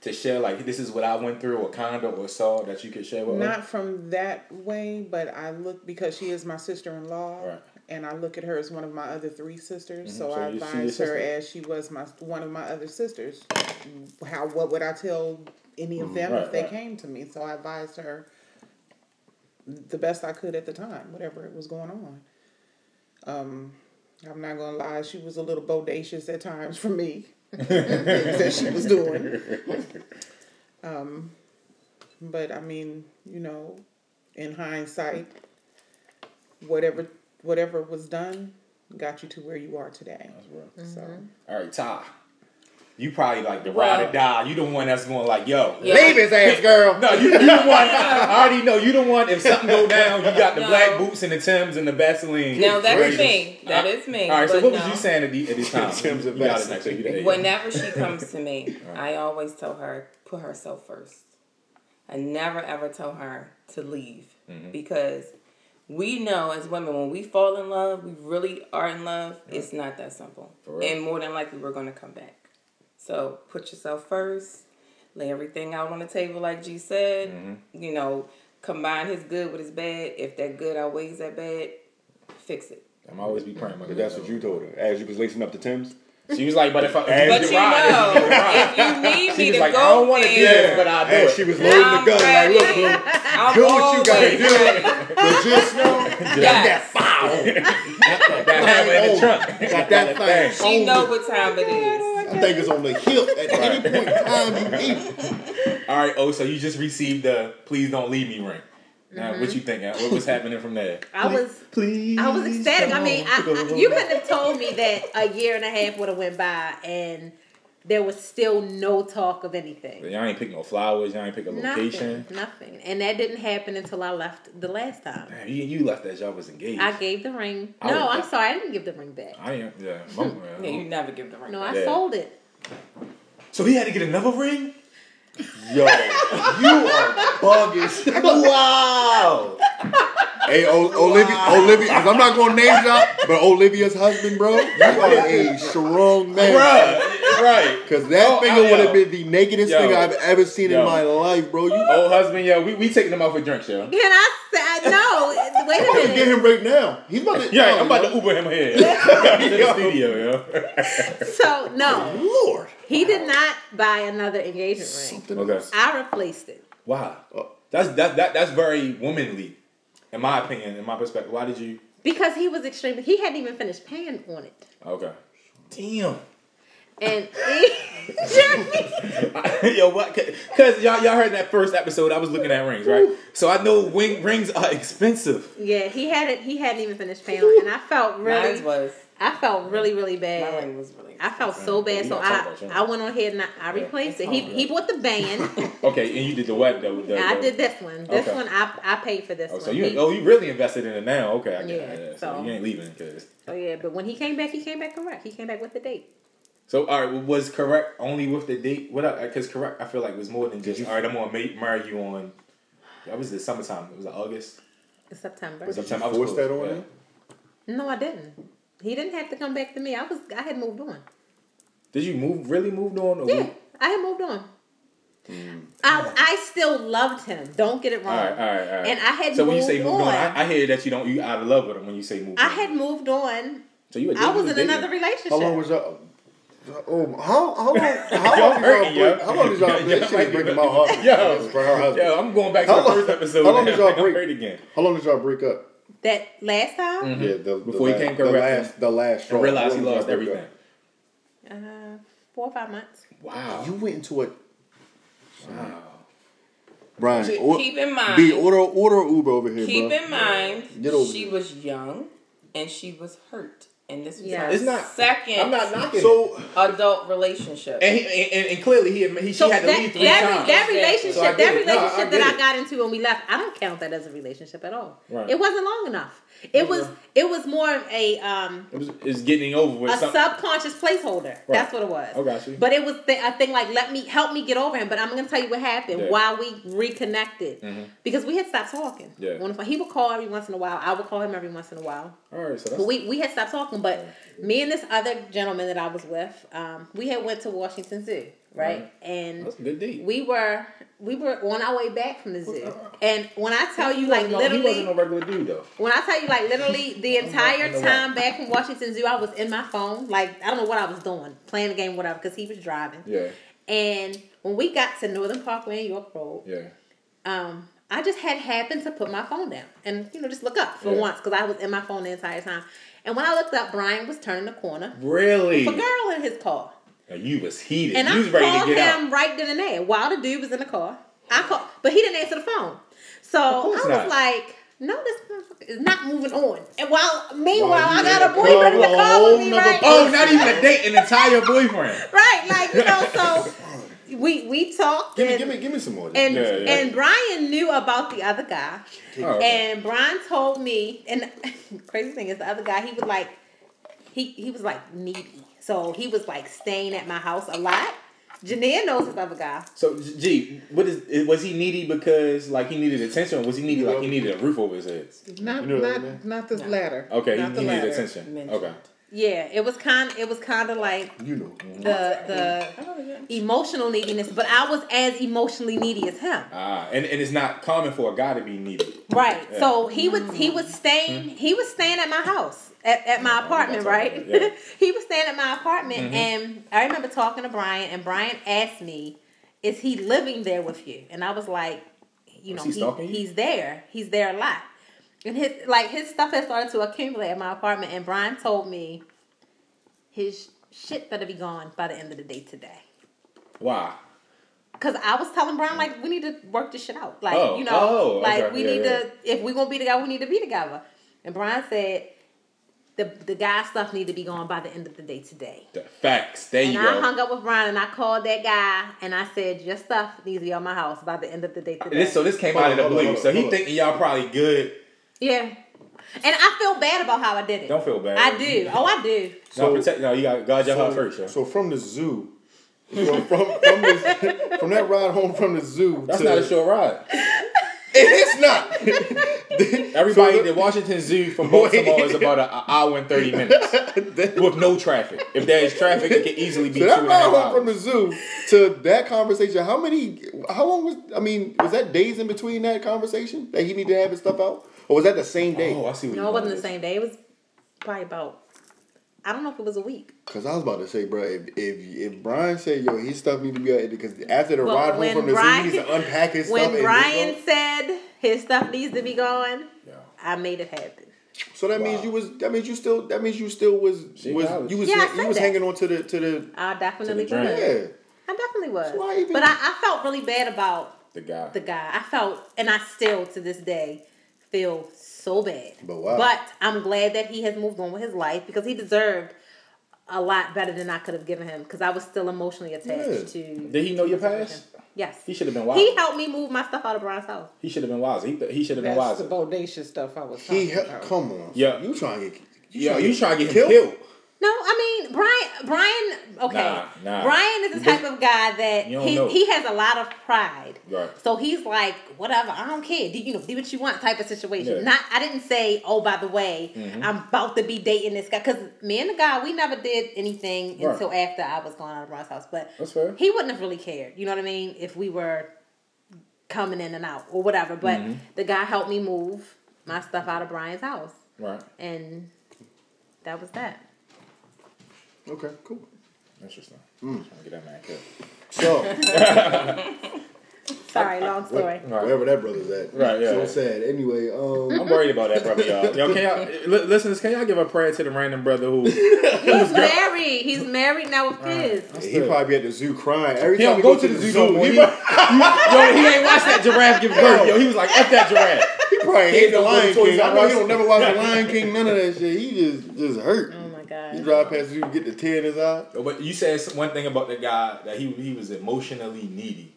C: to share? Like this is what I went through, or kinda, or saw that you could share with us.
F: Not from that way, but I look because she is my sister in law,
C: Right. Mm-hmm.
F: and I look at her as one of my other three sisters. So,
C: So
F: I
C: you- she your
F: advise her
C: sister?
F: as she was my one of my other sisters. How what would I tell any of them if
C: Mm, Right,
F: they
C: right.
F: came to me? So I advised her the best I could at the time, whatever it was going on. Um, I'm not gonna lie, she was a little bodacious at times
C: <laughs>
F: for me. <laughs> things that she was doing. But I mean, you know, in hindsight, whatever whatever was done got you to where you are today.
C: That's real.
F: So
C: All right, Ty. You probably like the
D: Well-
C: ride or die. You the one that's going like, yo,
D: Yeah.
F: his ass,
C: <laughs>
F: girl.
C: No, you, you the one. I already know you the one. If something go down, you got the
D: No.
C: black boots and the Tims and the Vaseline.
D: Now that is
C: Gracious.
D: me. That is me.
C: All right. So
D: but
C: what was
D: no.
C: you saying at, <laughs> the, at this time?
B: Timbs and
C: you got it
B: Vaseline.
C: next. So you did it.
D: Whenever she comes to me,
C: <laughs>
D: I always tell her put herself first. I never ever tell her to leave
C: Mm-hmm.
D: because we know as women when we fall in love, we really are in love. It's not that simple,
C: For real.
D: and more than likely we're going to come back. So put yourself first. Lay everything out on the table, like G said.
C: Mm-hmm.
D: You know, combine his good with his bad. If that good outweighs that bad, fix it.
C: I'm always be praying. my
B: But that's what you told her as you was lacing up the Tims.
C: She was like, but if I,
B: And
D: But
C: if
D: you
C: you ride,
D: know, if you need
C: she
D: me
C: was
D: to
C: like, I don't
D: go
C: want to do
D: there,
C: this, but I do
B: And
C: it.
B: she was loading the
D: I'm
B: gun. Like, look,
D: ready.
B: boo,
D: I'm
B: do what you gotta
D: always ready.
B: do. But just know,
D: Yes.
C: Got that hammer in the trunk.
B: got that thing.
D: She <laughs>
B: on
D: know
B: the-
D: what time it is.
B: I think it's on the hip at any point in time you eat.
C: All right. Oh, so you just received the please don't leave me ring. Now, what
D: Mm-hmm.
C: you thinking? What was happening from there?
E: I was
B: Please.
E: I was ecstatic. I
B: don't
C: <laughs>
E: mean, I,
B: go.
E: I, you couldn't have told me that a year and a half would have went by and there was still no talk of anything.
C: Y'all ain't pick no flowers. Y'all ain't pick a location.
E: Nothing, nothing, and that didn't happen until I left the last time.
C: Man, you, you left that y'all was engaged.
E: I gave the ring.
C: I
E: No,
C: would-
E: I'm sorry, I didn't give the ring back.
C: I am. Yeah. my-
D: <laughs> Yeah, you never give the ring.
E: No,
D: back.
E: I
C: Yeah.
E: sold it.
C: So he had to get another ring? <laughs>
B: Yo, you are bugging. Wow. Hey, o- Olivia, Olivia, I'm not going to name drop, but Olivia's husband, bro, you are a strong man.
C: right.
B: Because that
C: Oh,
B: finger
C: I-
B: would have
C: yo.
B: been the nakedest
C: Yo.
B: finger I've ever seen
C: Yo.
B: in my life, bro. You
C: Old husband, yo, we, we taking him out for drinks, yo.
E: Can I say no? Wait
B: I'm about
E: a
B: to get
E: minute.
B: him right now. He's about to.
C: Yeah,
B: oh,
C: I'm about to Uber him here. to <laughs> the studio, yo.
E: So no,
B: Lord.
E: he did not buy another engagement ring.
B: Something
C: Okay.
B: else.
E: I replaced it.
C: Wow. That's that, that that's very womanly, in my opinion, in my perspective. Why did you
E: Because he was extremely, he hadn't even finished paying on it.
C: Okay. Damn. <laughs>
E: And Jeremy,
C: Yo, what? Because y'all, y'all heard that first episode, I was looking at rings, right? So I know wing, rings are expensive.
E: yeah, he had it. He hadn't even finished paying, on it, and I felt really,
D: Mine was
E: I felt really, really
D: My
E: bad.
D: ring was really.
E: I felt so bad,
C: We
E: so
C: not talking
E: I
C: about you.
E: I went on ahead and I, I
C: Yeah.
E: replaced it. He he bought
C: <laughs>
E: the band.
C: Okay, and you did the what though? The,
E: I
C: the-
E: did this one. This
C: Okay.
E: one I I paid for this
C: Oh,
E: one.
C: so you
E: He-
C: oh you really invested in it now? Okay, I get it.
E: Yeah,
C: Yeah, so,
E: so-
C: you ain't leaving because.
E: oh yeah, but when he came back, he came back correct. He came back with the date.
C: So all right, was correct only with the date? What? Because correct, I feel like was more than just all right. I'm gonna ma- marry you on. That was the summertime. It was August.
E: in September.
C: September. I was
B: Force that
C: cool,
B: on
C: yeah.
B: him?
E: No, I didn't. He didn't have to come back to me. I was I had moved on.
C: Did you move? Really moved on? Or
E: Yeah, I had moved on. I, I still loved him. Don't get it
C: Mm. All
E: wrong.
C: right, all right, all right.
E: And I had
C: so
E: moved
C: when you say moved on,
E: on.
C: I, I hear that you don't. You out of love with him when you say moved.
E: I
C: on.
E: had moved on.
C: So you. a-
E: I
C: you
E: was in
C: dating.
E: another relationship.
B: How long was y'all? Oh, how <laughs> how long how
C: Y'all
B: long
C: hurting,
B: did y'all
C: yo.
B: break? How long <laughs> did y'all
C: Y'all
B: break? That shit
C: might
B: is
C: be
B: breaking my
C: better.
B: heart.
C: Yo.
B: for her husband.
C: Yo, I'm going back to
B: How
C: the
B: long-
C: first episode.
B: how long did y'all
C: Like, <laughs> I'm
B: break?
C: hurt again?
B: How long did y'all break up?
E: that last time?
B: Yeah, the, the
C: Before he
B: last,
C: came
B: the
C: correct
B: last the last straw.
C: And realized
B: How
C: he
B: long did
C: lost
B: y'all break
C: everything. Mm-hmm.
E: Uh, four or five months.
C: Wow.
B: up? You went into a Brian.
D: Keep-
B: or-
D: keep in mind-
B: B order order Uber over here,
D: Keep
B: bro.
D: in mind,
B: Get over
D: she
B: here.
D: was young and she was hurt, and this was
E: Yeah.
D: her
E: It's
C: not-
D: second
C: I'm not knocking. it.
B: so
D: adult relationship.
C: and, he, and, and- and clearly he, had- he she
E: So
C: had
E: that,
C: to
E: that,
C: leave three
E: re-
C: times.
E: that
D: Exactly.
E: relationship,
C: So I get
E: that
C: it. No, I- I
E: relationship
C: get
E: that I
C: it.
E: got into when we left, I don't count that as a relationship at all.
C: Right.
E: It wasn't long enough. It was it was more of a um
C: It was, it's getting over with.
E: a
C: some- Oh,
E: subconscious placeholder. That's what it was.
C: I got you.
E: But it was th- a thing like let me help me get over him. But I'm gonna tell you what happened
C: Yeah. Mm-hmm.
E: why we reconnected because we had stopped talking.
C: Yeah.
E: On the phone. He would call every once in a while. I would call him every once in a while.
C: All right, so that's
E: But we, we had stopped talking, but
C: Mm-hmm.
E: me and this other gentleman that I was with, um, we had went to Washington Zoo, right? And
C: that's a good date.
E: we were we were on our way back from the zoo. And when I tell you, like
C: He wasn't no- he wasn't
E: literally,
C: no regular dude though.
E: when I tell you, like literally, the entire
C: I know
E: time back from Washington Zoo, I was in my phone, like I don't know what I was doing, playing the game, whatever, because he was driving.
C: Yeah,
E: And when we got to Northern Parkway and York Road,
C: yeah.
E: um, I just had happened to put my phone down and you know just look up for
C: Yeah.
E: once because I was in my phone the entire time. And when I looked up, Brian was turning the corner,
C: Really?
E: with a girl in his car,
C: Now, you was heated.
E: and
C: you
E: I
C: was ready to
E: called
C: get out.
E: him right then and there while the dude was in the car. I called, but he didn't answer the phone, so I
C: Of course
E: was
C: not.
E: like. No, this motherfucker is not moving on. And while meanwhile, I
B: you
E: got
B: had
E: a
B: a
E: boyfriend in the
B: problem,
E: car with
B: whole
E: me,
B: nother
E: right?
C: Oh, not even a date, an entire boyfriend. <laughs>
E: <laughs> right, like you know. So we we talked,
B: give me
E: and
B: give me give me some more.
E: and,
C: Yeah, yeah.
E: and Brian knew about the other guy.
C: Oh, okay.
E: And Brian told me, and <laughs> crazy thing is the other guy, he was like, he he was like needy, so he was like staying at my house a lot. Janae knows this other guy.
C: So, G, what is was he needy because like he needed attention, or was he needy like he needed a roof over his head?
F: Not
B: You know what I mean?
F: not not the latter.
C: Okay,
F: not
C: he, he needed attention.
D: Mentioned.
C: Okay,
E: Yeah, it was kind. It was kind of like
B: you know.
E: Uh, the the emotional neediness, but I was as emotionally needy as him.
C: ah, and, and it's not common for a guy to be needy.
E: Right.
C: Yeah.
E: So he was he was staying he was staying at my house at, at my apartment,
C: about
E: right?
C: that, yeah.
E: <laughs> he was staying at my apartment and I remember talking to Brian and Brian asked me, Is he living there with you? And I was like, you
C: Was
E: know,
C: he stalking you?
E: he's there. He's there a lot. And his like his stuff had started to accumulate at my apartment and Brian told me his shit better be gone by the end of the day today.
C: Why?
E: Cause I was telling Brian like we need to work this shit out. Like
C: Oh,
E: you
C: oh,
E: know,
C: okay,
E: like we
C: yeah,
E: need
C: yeah.
E: to if we gonna be together, we need to be together. And Brian said the the guy stuff need to be gone by the end of the day today.
C: The facts. There
E: And
C: you
E: I
C: go.
E: hung up with Brian and I called that guy and I said your stuff needs to be on my house by the end of the day today.
C: This, so this came
B: Hold on,
C: out of the
B: hold on,
C: blue.
B: hold on,
C: So he
B: hold on.
C: thinking y'all probably good.
E: yeah, and I feel bad about how I did it.
C: Don't feel bad.
E: I do. Oh, I do.
C: no,
B: So-
C: protect. No, you got God your heart first. Yo.
B: so from the zoo. So from from, this, <laughs> from that ride home from the zoo
C: That's
B: to
C: not a short ride. <laughs>
B: It's not.
C: Everybody,
B: So-
C: the Washington Zoo
B: <laughs>
C: from Baltimore is about an hour and thirty minutes with no traffic. If there is traffic, it can easily be
B: So <laughs>
C: two
B: that
C: and a
B: ride
C: half
B: home from the
C: hours.
B: zoo to that conversation, how many, how long was, I mean, was that days in between that conversation that he needed to have his stuff out? Or was that the same
C: Oh,
B: day?
C: I see. What
E: No,
C: you
E: it wasn't
C: did.
E: the same day. It was probably about I don't know if it was a week.
B: Because I was about to say, bro, if, if if Brian said, yo, his stuff need to be out, because after the
E: Well,
B: ride home
E: when
B: from the
E: Brian-
B: zoo, he needs to unpack his stuff.
E: When
B: and
E: Brian
B: just
E: said his stuff needs to be gone, I made it happen.
B: go. so that means you was, that means you still, that means you still was,
C: She
B: was
C: acknowledged.
B: you was,
E: Yeah, I
B: you
E: said
B: was
E: that.
B: hanging on to the, to the,
E: I definitely
C: To the drink.
E: was.
B: yeah.
E: I definitely was.
B: So why even-
E: But I, I felt really bad about
C: The guy.
E: the guy. I felt, and I still to this day feel so bad.
B: But wow.
E: But I'm glad that he has moved on with his life because he deserved a lot better than I could have given him because I was still emotionally attached to.
C: Did he know your past?
E: Yes.
C: He should have been
E: He
C: wise.
E: helped me move my stuff out of Brian's house.
C: He should have been wise. He, he should have been
G: That's
C: wise.
G: the bodacious stuff I was talking
B: He hel-
G: about.
B: come on.
C: Yeah.
B: You trying to get
C: Yo, you trying to get
B: killed?
C: him killed?
E: No, I mean Brian. Brian. Okay.
C: Nah, nah.
E: Brian is the type of guy that
C: You don't
E: he
C: know.
E: he has a lot of pride.
C: Right.
E: So he's like, whatever, I don't care. Do you know? Do what you want, type of situation.
C: Yeah. Mm-hmm.
E: Not. I didn't say, oh, by the way, I'm about to be dating this guy because me and the guy we never did anything
C: Right.
E: until after I was going out of Brian's house. But
C: That's fair.
E: he wouldn't have really cared. You know what I mean? If we were coming in and out or whatever. But
C: Mm-hmm.
E: the guy helped me move my stuff out of Brian's house,
C: Right.
E: and that was that.
B: Okay, cool.
C: Interesting. Trying to get that man killed.
B: So
E: Sorry, long story.
C: Right.
B: wherever that brother's at.
C: Right, yeah.
B: So sad. Anyway, um
C: I'm worried about that brother, y'all. Yo, can y'all eh, li- listeners? Can y'all give a prayer to the random brother who
E: He's married. He's married now with kids.
B: he probably at the zoo crying. Every
C: He
B: time
C: don't
B: we
C: go to the zoo no more.
B: he,
C: He- <laughs> Yo, he ain't watched that giraffe give birth. Yo, he was like, "F that giraffe."
B: he probably hate the
C: don't go to
B: Lion
C: Toys
B: King.
C: R
B: I know
C: Us.
B: he don't never watch the
C: <laughs>
B: Lion King, none of that shit. He just just hurt.
E: Oh my
B: He
E: god.
B: drive past the zoo, get the tear in his eye.
C: But you said some- one thing about the guy that he he was emotionally needy.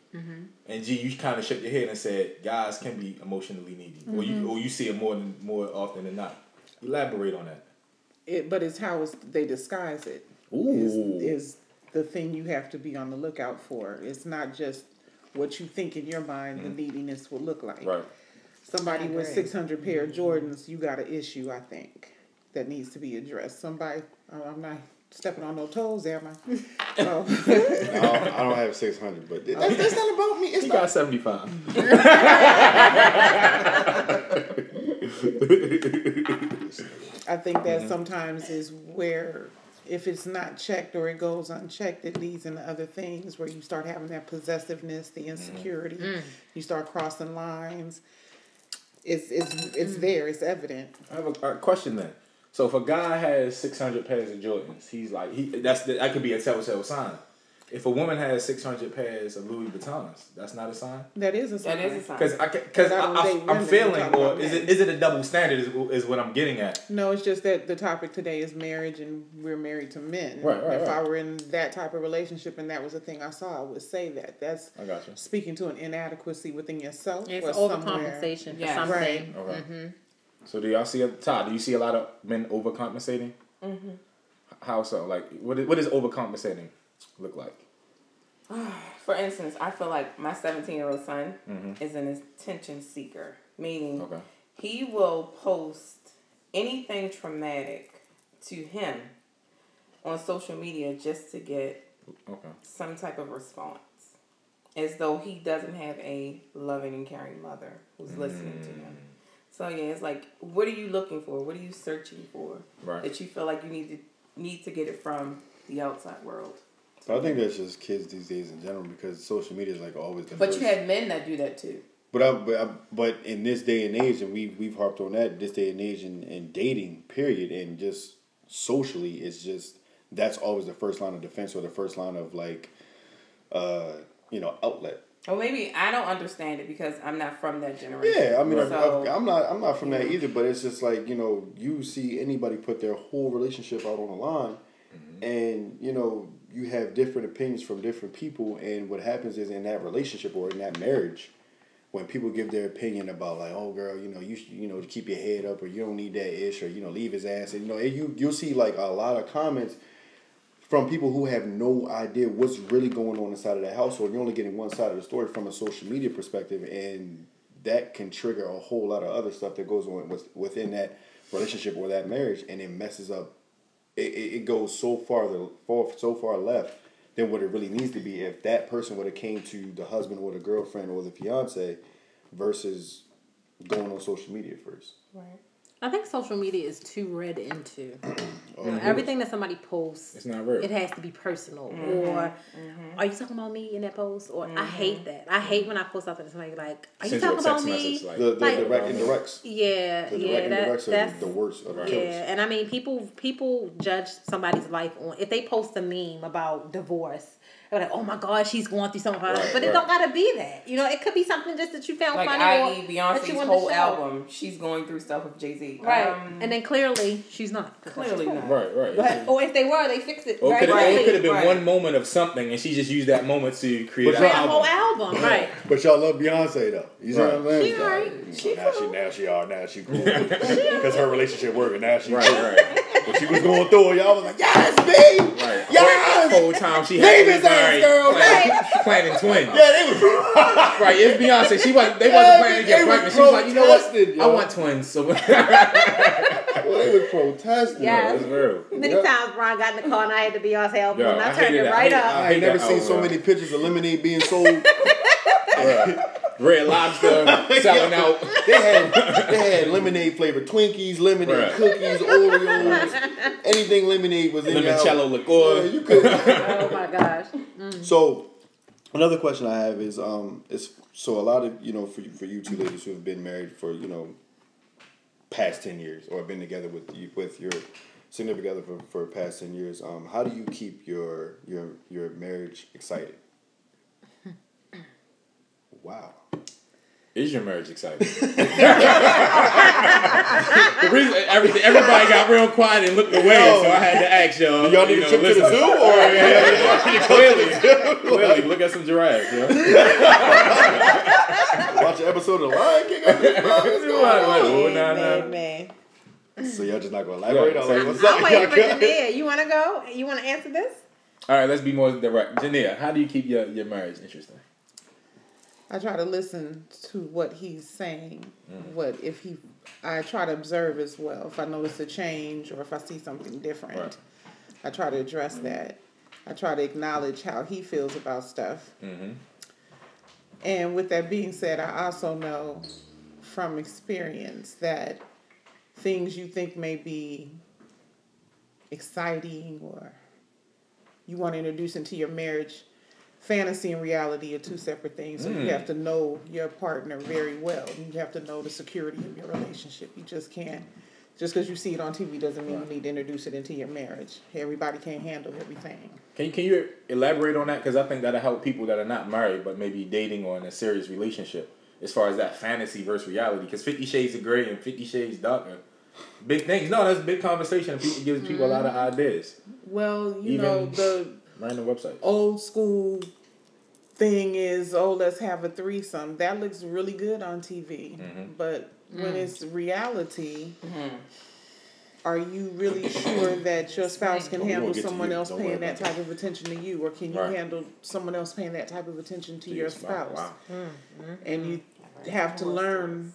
C: And G, you kind of shook your head and said, "Guys can be emotionally needy, or you or you see it more than more often than not." Elaborate on that.
F: It, but it's how it's, they disguise it. is,
C: Ooh,
F: is the thing you have to be on the lookout for. It's not just what you think in your mind
B: Mm.
F: the neediness will look like.
C: right.
F: Somebody with
G: agree.
F: 600 pair of Jordans, you got an issue, I think, that needs to be addressed. Somebody, I- I'm not stepping on no toes, am I? Oh.
B: I don't, I don't have six hundred, but that's, that's not about me. It's
C: He
B: not
C: got seventy five.
F: <laughs> I think
D: Mm-hmm.
F: that sometimes is where, if it's not checked or it goes unchecked, it leads into other things where you start having that possessiveness,
D: Mm-hmm.
F: the insecurity, you start crossing lines. It's it's it's there. It's evident.
C: I have a, a question then. So if a guy has six hundred pairs of Jordans, he's like he that's the, that could be a telltale sign. If a woman has six hundred pairs of Louis Vuittons, that's not a sign.
F: That is a sign.
D: That is a sign.
C: Because I because
F: But I
C: I,
F: don't
C: I,
F: date
C: am
F: women, we
C: feeling
F: talk
C: or
F: about
C: is
F: men.
C: it is it a double standard is, is what I'm getting at.
F: No, it's just that the topic today is marriage, and we're married to men.
C: Right, right,
F: If I
C: right.
F: were in that type of relationship, and that was the thing I saw, I would say that. That's
C: I got you.
F: speaking to an inadequacy within yourself.
E: It's
F: or somewhere.
E: overcompensation for
D: Yes.
E: something.
F: Right.
C: Okay. So do y'all see a Todd? Do you see a lot of men overcompensating? Mm-hmm. How so? Like what is, what does overcompensating look like?
D: For instance, I feel like my 17 year old son is an attention seeker, meaning
C: Mm-hmm. Okay.
D: he will post anything traumatic to him on social media just to get
C: Okay.
D: some type of response, as though he doesn't have a loving and caring mother who's listening to him.
C: Mm.
D: So yeah, it's like, what are you looking for? What are you searching for
C: Right.
D: that you feel like you need to need to get it from the outside world?
B: <laughs> So I think that's just kids these days in general because social media is like always the
D: But
B: first-
D: you have men that do that too.
B: But I, but I, but in this day and age, and we we've harped on that. This day and age, and, and dating, period, and just socially, it's just that's always the first line of defense or the first line of like, uh, you know, outlet.
D: Well, maybe I don't understand it because I'm not from that generation.
B: Yeah, I mean, I-
D: So-
B: I, I'm not I'm not from that either. But it's just like you know, you see anybody put their whole relationship out on the line, and you know, you have different opinions from different people. And what happens is in that relationship or in that marriage, when people give their opinion about like, oh girl, you know, you should, you know, keep your head up, or you don't need that ish, or you know, leave his ass, and you know, and you you'll see like a lot of comments from people who have no idea what's really going on inside of that household. You're only getting one side of the story from a social media perspective, and that can trigger a whole lot of other stuff that goes on with, within that relationship or that marriage, and it messes up. It, it, it goes so far the far so far left than what it really needs to be if that person would have came to the husband or the girlfriend or the fiance versus going on social media first.
D: Right.
E: I think social media is too read into. You know, everything that somebody posts,
C: It's not real.
E: It has to be personal. Or are you talking about me in that post? Or I hate that. I hate when I post something and somebody like, are you
C: Send you a
E: talking about
C: text
E: me?
C: message, like-
B: The the
E: Like-
B: direct indirects.
E: yeah,
B: The
E: yeah,
B: direct
E: that,
B: indirects
E: that's
B: are the worst of the
E: Yeah,
B: killers.
E: and I mean, people people judge somebody's life on if they post a meme about divorce. They're like, oh my God, she's going through something.
B: Right,
E: but it
B: right.
E: don't gotta be that. You know, it could be something just that you found
D: Like
E: funny.
D: i.e.
E: or that you
D: Beyonce's
E: wanted to
D: whole
E: show.
D: album, she's going through stuff with Um, Jay Z.
E: Right.
C: um,
E: and then clearly she's not.
D: clearly not.
C: Right, right.
E: But, or if they were, they fixed it.
C: Or it
E: very
C: could have
E: quickly.
D: could've
C: been
D: Right.
C: one moment of something, and she just used that moment to create
B: But
C: an
B: y'all-
E: Create a whole
C: album.
E: album. Right.
B: But y'all love Beyonce though. You see what I'm saying?
E: She alright. She
B: now she now she all now she cool <laughs> because her relationship working now she cool. <laughs>
C: Right, right,
B: When she was going through it, y'all was like yes, babe,
C: right.
B: yes.
C: Whole time she had
B: Leave his ass, girl,
C: planning twins.
B: Yeah, <laughs> they was
C: Right, it's Beyonce. She was they
B: Yeah,
C: wasn't planning to
B: they
C: get
B: were
C: pregnant. She was like, you know what?
B: protesting,
C: I
B: yo.
C: want twins. So <laughs> that's
B: well, they was protesting.
E: Yeah.
C: real.
E: Many
B: Yeah.
E: times Ron got in the car and I had the Beyonce album
C: Yeah,
E: and I,
C: I
E: turned
C: hated
E: it
C: that. I
E: right
C: hated-
E: up.
B: I ain't
C: I hate
B: never
C: that
B: seen so
C: album.
B: many pictures of lemonade being sold. <laughs>
C: Red Lobster selling out.
B: They had they had lemonade flavored Twinkies, lemonade
C: Right.
B: cookies, Oreos, anything lemonade was in y'all.
C: Limoncello
B: Yeah,
C: liqueur.
B: you could.
E: <laughs> Oh my gosh.
B: So another question I have is um is so a lot of you know for you- for you two ladies who have been married for you know past ten years or have been together with you with your significant other for, for the past ten years um how do you keep your your your marriage <clears throat> excited? Wow.
C: Is your marriage
B: <laughs>
C: <laughs> exciting? the reason everything, everybody got real quiet and looked away, so I had to ask y'all.
B: Y'all need
C: you
B: a
C: know,
B: trip to the zoo
C: listen.
B: or
C: clearly, clearly, look at some giraffes, yo.
B: watch an episode of The Lion King? What's going
C: Right, right.
B: on?
C: Oh, nah, nah.
F: Man, man.
B: So y'all just not gonna elaborate on like what's
E: I'm
B: up? <laughs>
E: waiting for
B: y'all got-
E: Janelle. You wanna go? You wanna answer this?
C: All right, let's be more direct. Jania, how do you keep your, your marriage interesting?
F: I try to listen to what he's saying. What if he? I try to observe as well. If I notice a change or if I see something different,
C: Right.
F: I try to address that. I try to acknowledge how he feels about stuff. And with that being said, I also know from experience that things you think may be exciting or you want to introduce into your marriage, fantasy and reality are two separate things. So you have to know your partner very well. You have to know the security of your relationship. You just can't. Just because you see it on TV doesn't mean you need to introduce it into your marriage. Everybody can't handle everything.
C: Can you, can you elaborate on that? Because I think that'll help people that are not married but maybe dating or in a serious relationship as far as that fantasy versus reality. Because Fifty Shades of Grey and Fifty Shades Darker, big things. No, that's a big conversation. and People gives people a lot of ideas.
F: Well, you
C: Even-
F: know, the
C: Random websites.
F: old school thing is, oh, let's have a threesome. That looks really good on TV. But when it's reality, are you really sure that your spouse can
B: Oh, we
F: handle
B: won't get to
F: someone
B: you.
F: else
B: Don't worry
F: paying that
B: about
F: type of attention to you? Or can you
C: Right.
F: handle someone else paying that type of attention to
C: To
F: your
C: your spouse.
F: spouse? And you have to learn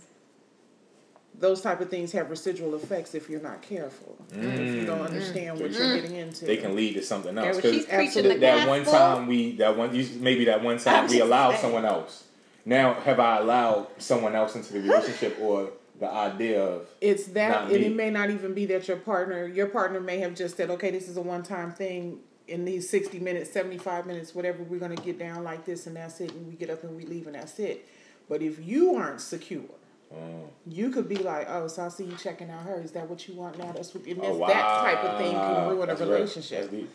F: those type of things have residual effects if you're not careful. If you don't understand what you're getting into.
C: They can lead to something else.
E: Girl,
C: 'Cause
E: she's preaching
F: absolutely.
E: the
C: that one
E: gospel.
C: time we that one you- maybe that one time we allowed someone else. Now have I allowed someone else into the relationship or the idea of
F: It's that,
C: Not
F: and
C: me.
F: it may not even be that your partner, your partner may have just said, okay, this is a one time thing. In these 60 minutes, 75 minutes, whatever, we're going to get down like this, and that's it. And we get up and we leave, and that's it. But if you aren't secure,
C: Mm.
F: you could be like, oh, so I see you checking out her. Is that what you want now? That's what, and
C: oh,
F: that's- that type of thing
C: wow,
F: can ruin a
C: that's real.
F: relationship.
C: That's deep.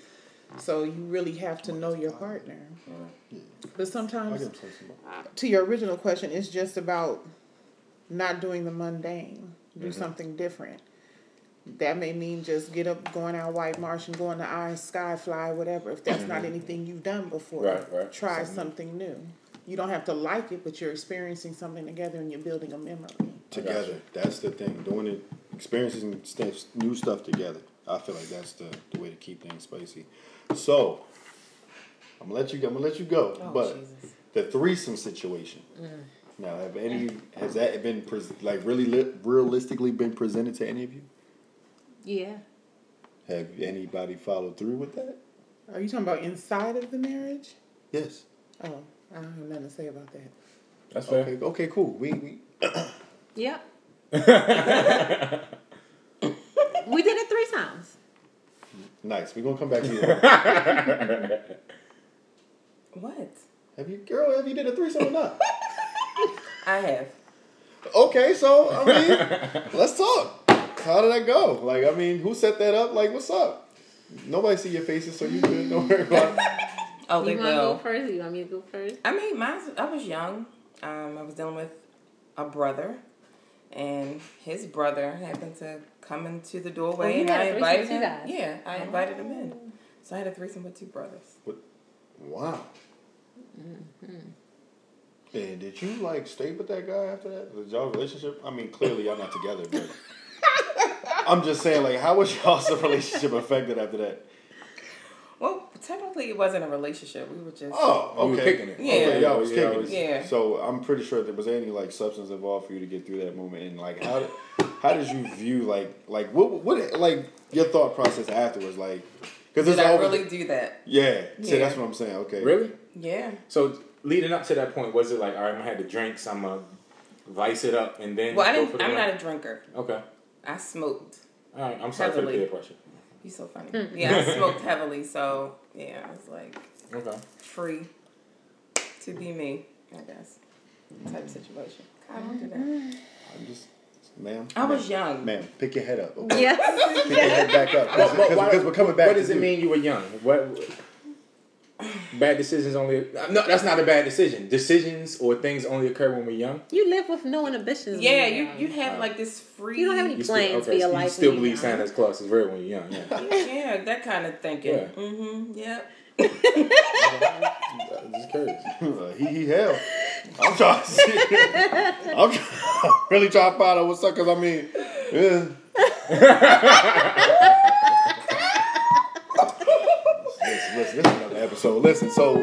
F: So you really have to know your partner.
C: Mm.
F: But sometimes
B: Say some more.
F: to your original question, it's just about not doing the mundane. Do something different. That may mean just get up, going out White Marsh and going to Iron Sky, fly, whatever. If that's not anything you've done before,
C: Right, right.
F: try
C: Something
F: something new. You don't have to like it, but you're experiencing something together and you're building a memory.
B: together. That's the thing. Doing it, experiencing stuff, new stuff together. I feel like that's the, the way to keep things spicy. So I'm gonna let you. I'm gonna let you go. but
D: Jesus.
B: the threesome situation. Now, have any has that been pres like really li- realistically been presented to any of you?
E: Yeah.
B: Have anybody followed through with that?
F: Are you talking about inside of the marriage?
B: Yes.
F: Oh, I don't have nothing to say about that.
C: That's fair.
B: Okay. Okay. Cool. We. we
E: <laughs> Yep. we did it three times.
B: nice. We're gonna come back to you.
D: What?
B: have you, girl? Have you did a threesome or not?
D: I have.
B: Okay, so
C: <laughs>
B: I mean, let's talk. How did that go? Like, I mean, who set that up? Like, what's up? Nobody see your faces, so you good. Don't worry about it.
D: Oh, they
E: you want to go
D: will.
E: first? You want me to go first?
D: I mean, mine's, I was young. Um, I was dealing with a brother, and his brother happened to come into the
E: Oh,
D: doorway,
E: you
D: and
E: had
D: I
E: a threesome
D: invited
E: with two
D: him.
E: guys? Oh.
D: Yeah, I invited him in. So I had a threesome with two brothers.
B: Wow.
C: Mm-hmm.
B: And did you like stay with that guy after that? Was y'all relationship? I mean, clearly y'all not together,
C: <laughs>
B: but I'm just saying, like, how was y'all's <laughs> relationship affected after that?
D: Well, technically, it wasn't a relationship. We were just.
B: Oh, okay.
C: We were kicking it.
D: Yeah.
B: Okay, y'all was
C: Yeah,
B: kicking
C: y'all
B: it.
C: was-
D: Yeah.
B: So I'm pretty sure there was any like substance involved for you to get through that moment, and like how did, how did you view like like what what like your thought process afterwards like because
D: Did
B: it's
D: I
B: always
D: really do that?
B: yeah, see
D: Yeah.
B: that's what I'm saying okay
C: Really?
D: Yeah.
C: So leading up to that point, was it like, all right, I'm gonna have the drinks, I'm gonna vice it up, and then
D: Well, I
C: go for
D: didn't.
C: the
D: I'm
C: run?
D: not a drinker.
C: Okay.
D: I smoked.
C: All right. I'm sorry for the
D: Heavily.
C: peer pressure.
D: You so funny. Yeah,
C: <laughs>
D: I smoked heavily, so yeah, I was like
C: Okay.
D: free to be me, I guess. Type situation. I don't do that.
B: I'm just ma'am
D: I
B: ma'am,
D: was young.
B: ma'am pick your head
D: <laughs>
B: up okay?
E: Yes.
B: pick your head back up because we're coming back
C: What
B: to
C: does it
B: you.
C: mean you were young? What bad decisions only? No, that's not a bad decision. Decisions or things only occur when we're young.
E: you live with no inhibitions. when
D: Yeah,
E: you're
D: you
E: young.
D: you have like this free.
E: You don't have any
C: still-
E: plans for your
C: so
E: life.
C: You
E: when
C: still
E: you're
C: believe
E: young.
C: Santa's Claus is real when you're young. Yeah.
D: Yeah, that kind of thinking.
C: Yeah.
D: Mm-hmm. Yep.
C: I'm just curious.
B: Uh, he he hell. I'm trying to see. I'm try- <laughs> really trying to find out what's up because I mean, yeah. listen, listen, this is another episode. Listen, so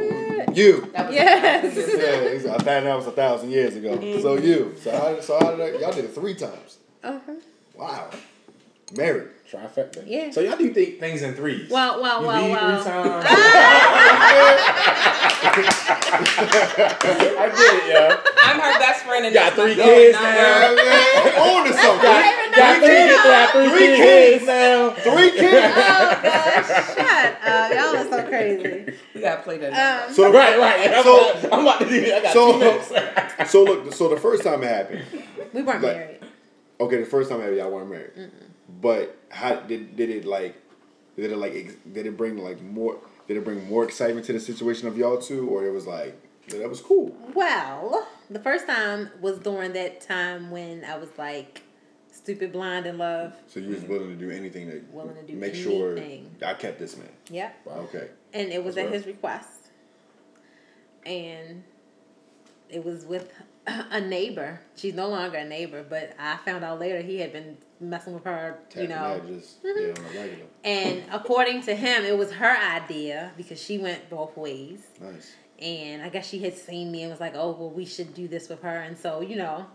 B: you.
D: That
E: <laughs>
D: was
E: Yes.
B: Yeah, it's- I found that was a thousand years ago. So
C: Mm.
B: you. So how, so how did I, y'all did it three times?
E: Uh-huh.
B: Wow.
C: <laughs>
B: Married.
C: Trifecta.
E: Yeah.
C: So y'all do th- things in threes.
E: Well, well,
C: you
E: well,
C: leave
E: well.
C: three times. <laughs> I did it, yo.
D: <laughs> I'm her best friend in
C: Got
D: this
C: three
D: month.
C: kids
D: Going
C: now.
D: on.
B: On to something.
C: Got three, got three,
B: Three
C: kids now.
B: Three kids.
E: Oh gosh, shut up! Y'all are so crazy.
D: We gotta play that.
E: Um,
B: So the
C: Right, right. I'm,
B: So-
C: about, I'm about to do that. I got
B: So-
C: two minutes.
B: So look, so the first time it happened,
E: we weren't
B: But-
E: married.
B: okay, the first time I y'all weren't married, but how did did it like? Did it like? Ex, did it bring like more? Did it bring more excitement to the situation of y'all two, or it was like yeah, that was cool?
E: Well, the first time was during that time when I was like stupid, blind in love.
B: So you was willing to do anything to
E: Willing to do
B: make sure
E: anything.
B: I kept this man.
E: Yep.
B: Okay,
E: And it was
B: That's
E: at
B: right.
E: his request. And it was with a neighbor. She's no longer a neighbor, but I found out later he had been messing with her, you
B: Tapping
E: know.
B: out
E: <laughs>
B: just yeah, on the regular.
E: And according to him, it was her idea because she went both ways.
B: Nice.
E: And I guess she had seen me and was like, oh, well, we should do this with her. And so, you know,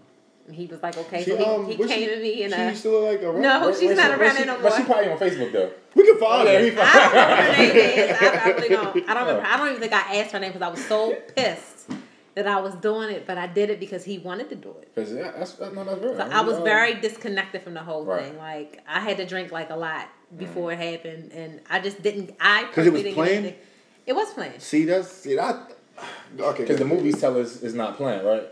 E: he was like, okay. so he, he
B: was
E: came to me and
B: um, she
E: uh,
B: still like around?
E: <laughs> No, she's not around
C: But she,
E: anymore.
C: but she probably on Facebook though.
B: We can follow
C: Yeah,
B: her.
C: he
B: He-
C: probably-
E: I don't know her name is. I, I really don't. I don't remember. I don't even think I asked her name because I was so pissed that I was doing it, but I did it because he wanted to do it.
C: Cause yeah, that's that, no, that's real.
E: So I was very disconnected from the whole
C: Oh. Right. Mm.
E: thing. Like I had to drink like a lot before it happened, and I just didn't. I
B: 'Cause it was
E: personally didn't get
B: planned?
E: anything. It was planned.
B: See that's see that. <sighs> Okay,
C: Because the
B: good.
C: movies tell us it's not planned, right?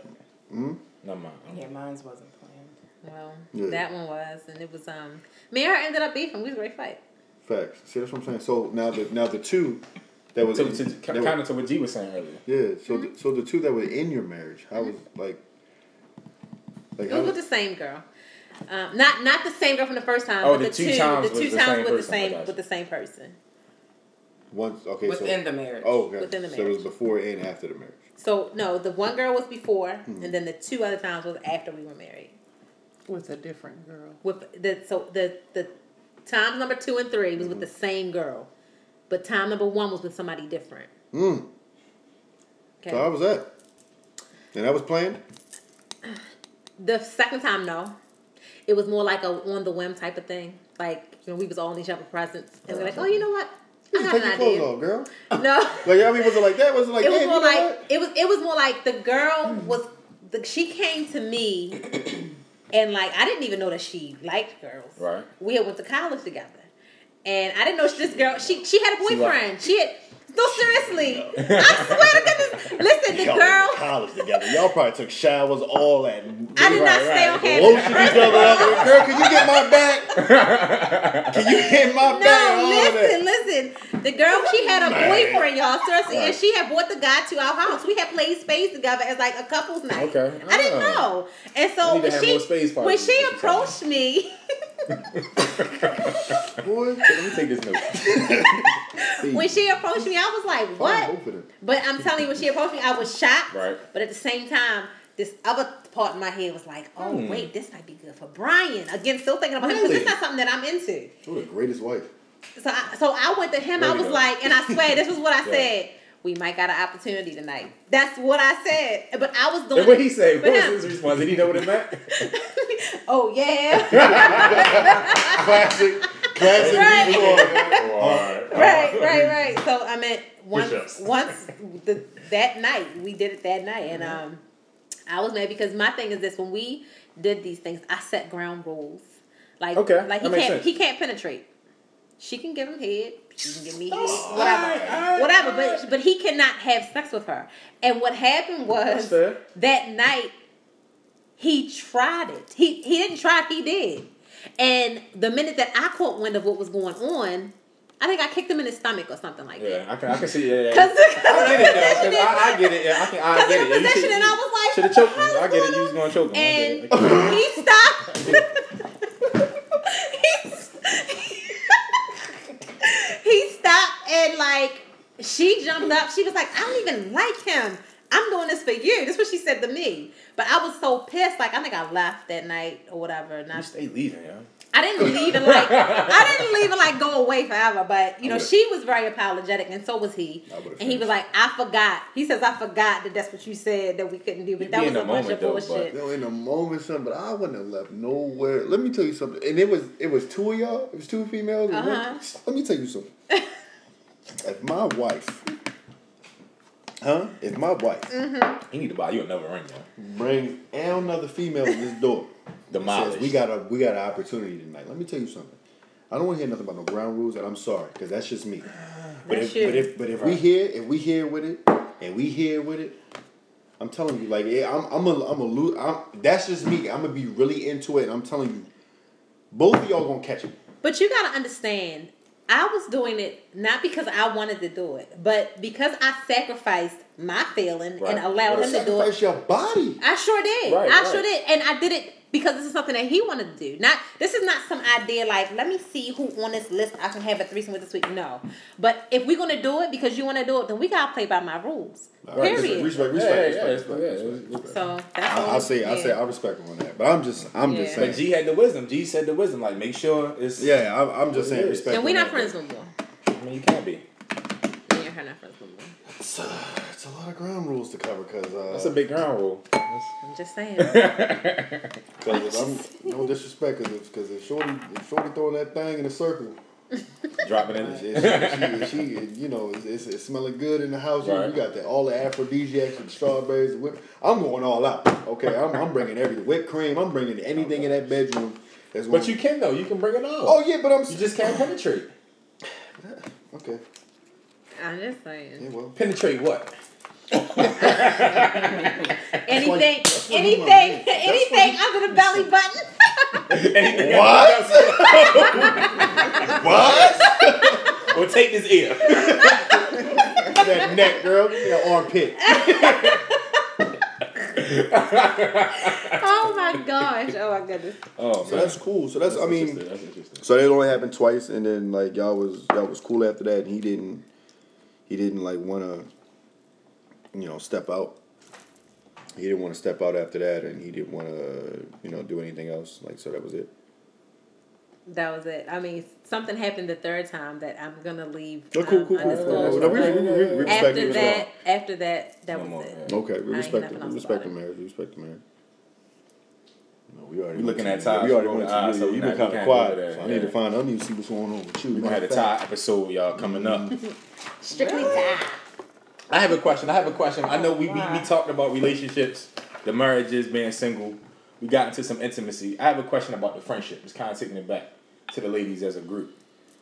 C: Mm-hmm.
B: Hmm?
C: Never mind.
D: Yeah, mine's wasn't planned.
E: Well,
B: Yeah.
E: that one was, and it was. Um, me and her ended up beefing. We was a great fight.
B: Facts. See that's what I'm saying. So now the now the two that was
C: To, to,
B: that were-
C: kind of to what G was saying earlier.
B: Yeah. So, the, so the two that were in your marriage, how was like, like
E: Mm-hmm. It
B: how?
E: was with the same girl. Um, not not the same girl from the first time.
C: Oh,
E: but
C: the
E: the,
C: two
E: two,
C: times
E: the
C: was
E: two
C: the same
E: times with the
C: person. I
E: same
C: got you.
E: with the same person.
B: once okay.
D: Within
B: so,
D: the marriage.
B: oh, okay.
E: within the
B: So it was
E: marriage.
B: before and after the marriage.
E: So no, the one girl was before,
B: Hmm.
E: and then the two other times was after we were married.
G: With a different girl.
E: With the so the the times number two and three
B: Hmm.
E: was with the same girl, but time number one was with somebody different.
B: Mm.
E: Okay.
B: So how was that? And that was planned.
E: the second time, no, it was more like a on the whim type of thing. Like you know, we was all in each other's presents, and we're like, oh, you know what? I
B: Uh-huh. You take
E: have an
B: your clothes
E: idea.
B: off, girl.
E: No.
B: Like I mean, was it like that? Was it like
E: it was
B: "Damn,
E: more
B: you know
E: like it was it was more like the girl was the, she came to me and like I didn't even know that she liked girls.
C: Right.
E: We had went to college together. And I didn't know she, this girl she she had a
C: She like-
E: boyfriend. She had No, seriously. I swear to goodness. Listen, the
H: Y'all went to
E: girl.
H: college together. Y'all probably took showers, all that.
E: I did not stay on campus.
H: Lotion each other up. Girl, can you get my back? <laughs> Can you get my back?
E: No,
H: All of that.
E: listen, listen. The girl, she had a boyfriend, y'all. Seriously, and she had brought the guy to our house. We had played spades together as like a couple's night.
C: Okay.
E: I didn't
C: Ah.
E: know. And
C: We
E: so
C: need to
E: when
C: have
E: she
C: more spades
E: when
C: parties,
E: she
C: what you
E: approached me, <laughs>
B: Boy,
C: Let me take this
B: <laughs>
C: note.
E: when she approached me, I was like, "What?"
B: Both of them.
E: But I'm telling you, when she approached me, I was shocked.
C: Right.
E: But at the same time, this other part in my head was like, "Oh
C: Hmm.
E: wait, this might be good for Brian." Again, still thinking about him because
B: Really?
E: it's not something that I'm into.
B: You're the greatest wife.
E: So I, so I went to him. I
C: There you
E: was
C: go.
E: like, and I swear, this
C: <laughs>
E: is what I said. We might got an opportunity tonight. That's what I said. But I was doing.
C: And what he said,
E: for
C: what was
E: him.
C: his response? Did he know what it meant?
E: oh
C: <laughs>
E: yeah,
B: Classic, classic.
E: Right.
C: Oh, all right.
E: right, right, right. So I meant once,
H: Push-ups.
E: once the, that night we did it that night, and
C: Mm-hmm.
E: um, I was mad because my thing is this: when we did these things, I set ground rules. Like,
C: Okay,
E: like
C: that
E: he
C: makes
E: can't,
C: sense.
E: he can't penetrate. She can give him head. She can give me head.
C: All
E: Whatever.
C: right, all right,
E: whatever.
C: all right.
E: But but he cannot have sex with her. And what happened
C: That's
E: was
C: fair.
E: that night he tried it. He he didn't try it. He did. And the minute that I caught wind of what was going on, I think I kicked him in his stomach or something like
C: Yeah,
E: that.
C: I can, I can see. Yeah, yeah.
E: Because
C: I get
E: <laughs>
C: it, though, 'cause
E: I
C: I, I get it. Yeah, I can. I get it. Yeah, you
E: possession,
C: should-
E: and I was like,
C: Should have choked him.
E: "What
C: I get
E: is
C: it. You was
E: going
C: gonna
E: on?"
C: choke him. I
E: And
C: get it. <laughs>
E: he stopped. <laughs> He- he stopped and like she jumped up. She was like, I don't even like him. I'm doing this for you. That's what she said to me. But I was so pissed. Like I think I left that night or whatever. And
C: <laughs>
E: I,
C: You stay leaving, yeah.
E: I didn't leave and like I didn't leave and like go away forever. But you know she was very apologetic and so was he.
B: I would've
E: And he
B: finished.
E: was like, I forgot. He says I forgot that that's what you said that we couldn't do. But
C: You
E: that
C: be
E: was
C: in
E: a
C: the
E: bunch
C: moment,
E: of
C: though, but-
E: bullshit.
B: No, in a moment, son, but I wouldn't have left nowhere. Let me tell you something. And it was it was two of y'all. It was two females. and one-
E: Uh-huh.
B: Let me tell you something. if my wife, huh? If my wife
C: He need to buy you another ring, yeah.
B: brings another female in this door, and
C: Demolished.
B: says, we got a we got an opportunity tonight. Let me tell you something. I don't want to hear nothing about no ground rules, and I'm sorry because that's just me. But if,
E: That's you.
B: but if but if we here if we here with it and we here with it, I'm telling you like yeah, I'm I'm a I'm a lo- I'm, that's just me. I'm gonna be really into it, and I'm telling you, both of y'all gonna catch it.
E: But you gotta understand, I was doing it not because I wanted to do it, but because I sacrificed my feeling
C: Right.
E: and allowed him to do it.
B: Sacrifice your body.
E: I sure did.
C: Right,
E: I
C: right.
E: sure did, and I did it because this is something that he wanted to do. Not this is not some idea like let me see who on this list I can have a threesome with this week. No, but if we're gonna do it because you want to do it, then we gotta play by my rules. Period.
B: Respect, respect,
C: Yeah,
B: respect,
C: yeah, yeah,
B: respect,
C: yeah,
B: respect,
C: yeah.
B: respect.
E: So that's all.
B: I, I say I say
E: Oh, yeah.
B: I respect him on that, but I'm just I'm just
E: Yeah.
B: saying.
C: But G had the wisdom. G said the wisdom. Like, make sure it's.
B: yeah, I'm, I'm just saying
C: Yeah.
B: respect.
E: and we're
B: on
E: not
B: that,
E: friends no more.
C: I mean, you can't be.
E: Me and her not friends no more.
B: but It's a, it's a lot of ground rules to cover because uh,
C: That's a big ground rule.
E: I'm just
B: <laughs>
E: saying.
B: Cause if I'm no disrespect, cause if, cause if Shorty, if Shorty throwing that thing in a circle,
C: Dropping in.
B: if she, if she, if she you know, it's, it's, it's smelling good in the house. You, you
C: Right.
B: got that all the aphrodisiacs and strawberries. And whip. I'm going all out. Okay, I'm, I'm bringing every whipped cream. I'm bringing anything in that bedroom. That's
C: But you can though. You can bring it on.
B: Oh yeah, but I'm.
C: You just can't penetrate.
B: okay.
E: I'm just saying.
B: Yeah, well.
C: Penetrate what?
E: Anything,
B: what I'm
E: anything,
B: doing. That's
E: anything under <laughs> the belly button.
C: What? <laughs> what? well, take this ear.
B: that <laughs> neck, girl. That armpit.
E: oh my gosh! Oh my goodness!
C: Oh
B: So that's cool. So that's. I mean,
C: interesting. that's interesting.
B: So it only happened twice, and then like y'all was y'all was cool after that, and he didn't he didn't like want to you know step out. He didn't want to step out after that, and he didn't want to you know do anything else. Like so, that was it.
E: That was it. I mean, something happened the third time that I'm gonna leave.
B: No, Oh, cool,
E: um,
B: cool, cool. cool.
E: undisclosed.
B: No, we, we, we, we respect it,
E: after
B: we
E: that,
B: respect
E: after that, that
C: No
E: was
C: more,
E: it.
B: it. Okay, we
E: ain't
B: respect
E: nothing
B: it. We
E: else
B: respect
E: about
B: the
E: it.
B: marriage. We respect the marriage. No, we already
C: We looking
B: went
C: at
B: to-
C: Todd.
B: We already
C: We're
B: went
C: rolling eyes,
B: to.
C: so we
B: You
C: not-
B: been
C: we
B: kind of
C: can't
B: quiet.
C: go there.
B: So I need to
C: Yeah.
B: find. I need to see what's going on with you.
C: We're gonna have a tie episode, y'all, coming up.
E: Strictly die.
C: I have a question. I have a question. I know we, we, we talked about relationships, the marriages, being single. We got into some intimacy. I have a question about the friendship. It's kind of taking it back to the ladies as a group.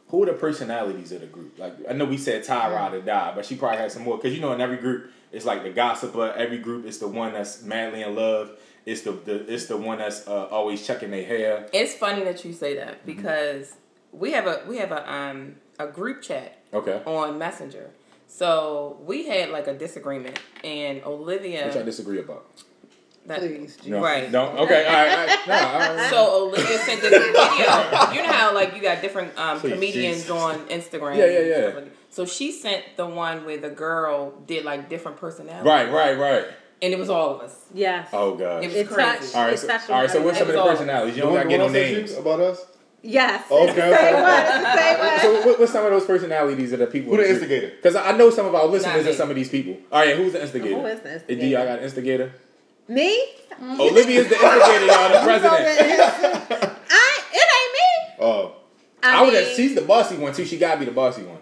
C: who are the personalities of the group? Like I know we said
D: Mm.
C: Ty ride or die, but she probably had some more because you know in every group it's like the gossiper. Every group is the one that's madly in love. It's the, the it's the one that's uh, always checking their hair.
D: It's funny that you say
C: Mm-hmm.
D: that because we have a we have a um a group chat
C: Okay.
D: on Messenger. So we had like a disagreement, and Olivia.
C: Which I disagree about.
D: that-
G: Please,
C: No,
D: Right.
C: No. Okay. All right. All
D: <laughs>
C: right. No, all right.
D: So Olivia sent this video. You know how like you got different um,
C: Please,
D: comedians
C: Jesus.
D: on Instagram.
C: Yeah, yeah, yeah.
D: So she sent the one where the girl did like different personalities,
C: Right. Right. Right.
D: and it was all of us.
E: Yes.
C: Oh god.
D: It was
E: It
D: crazy.
E: touched.
C: All right.
E: it
C: So,
E: touched
C: all right. So
E: on
C: what's some of the
D: That's all.
C: personalities? You
B: The
C: don't
B: one-
C: gotta get
B: the
C: no
B: one that said
C: names.
B: you About us?
E: Yes.
B: <laughs> Okay, okay.
E: <laughs>
C: So what, what's some of those personalities of the people?
B: Who the instigator?
C: Because I I know some of our listeners
D: Not me.
C: are some of these people. All right, who's the instigator?
E: Who is the
C: Hey, D, y'all got an instigator?
E: <laughs> Me?
C: Olivia's the
E: <laughs>
C: instigator, y'all, the president.
E: I. It ain't me.
B: <laughs> Oh
E: I,
C: I would
E: mean,
C: have. She's the bossy one too. She gotta be the bossy one.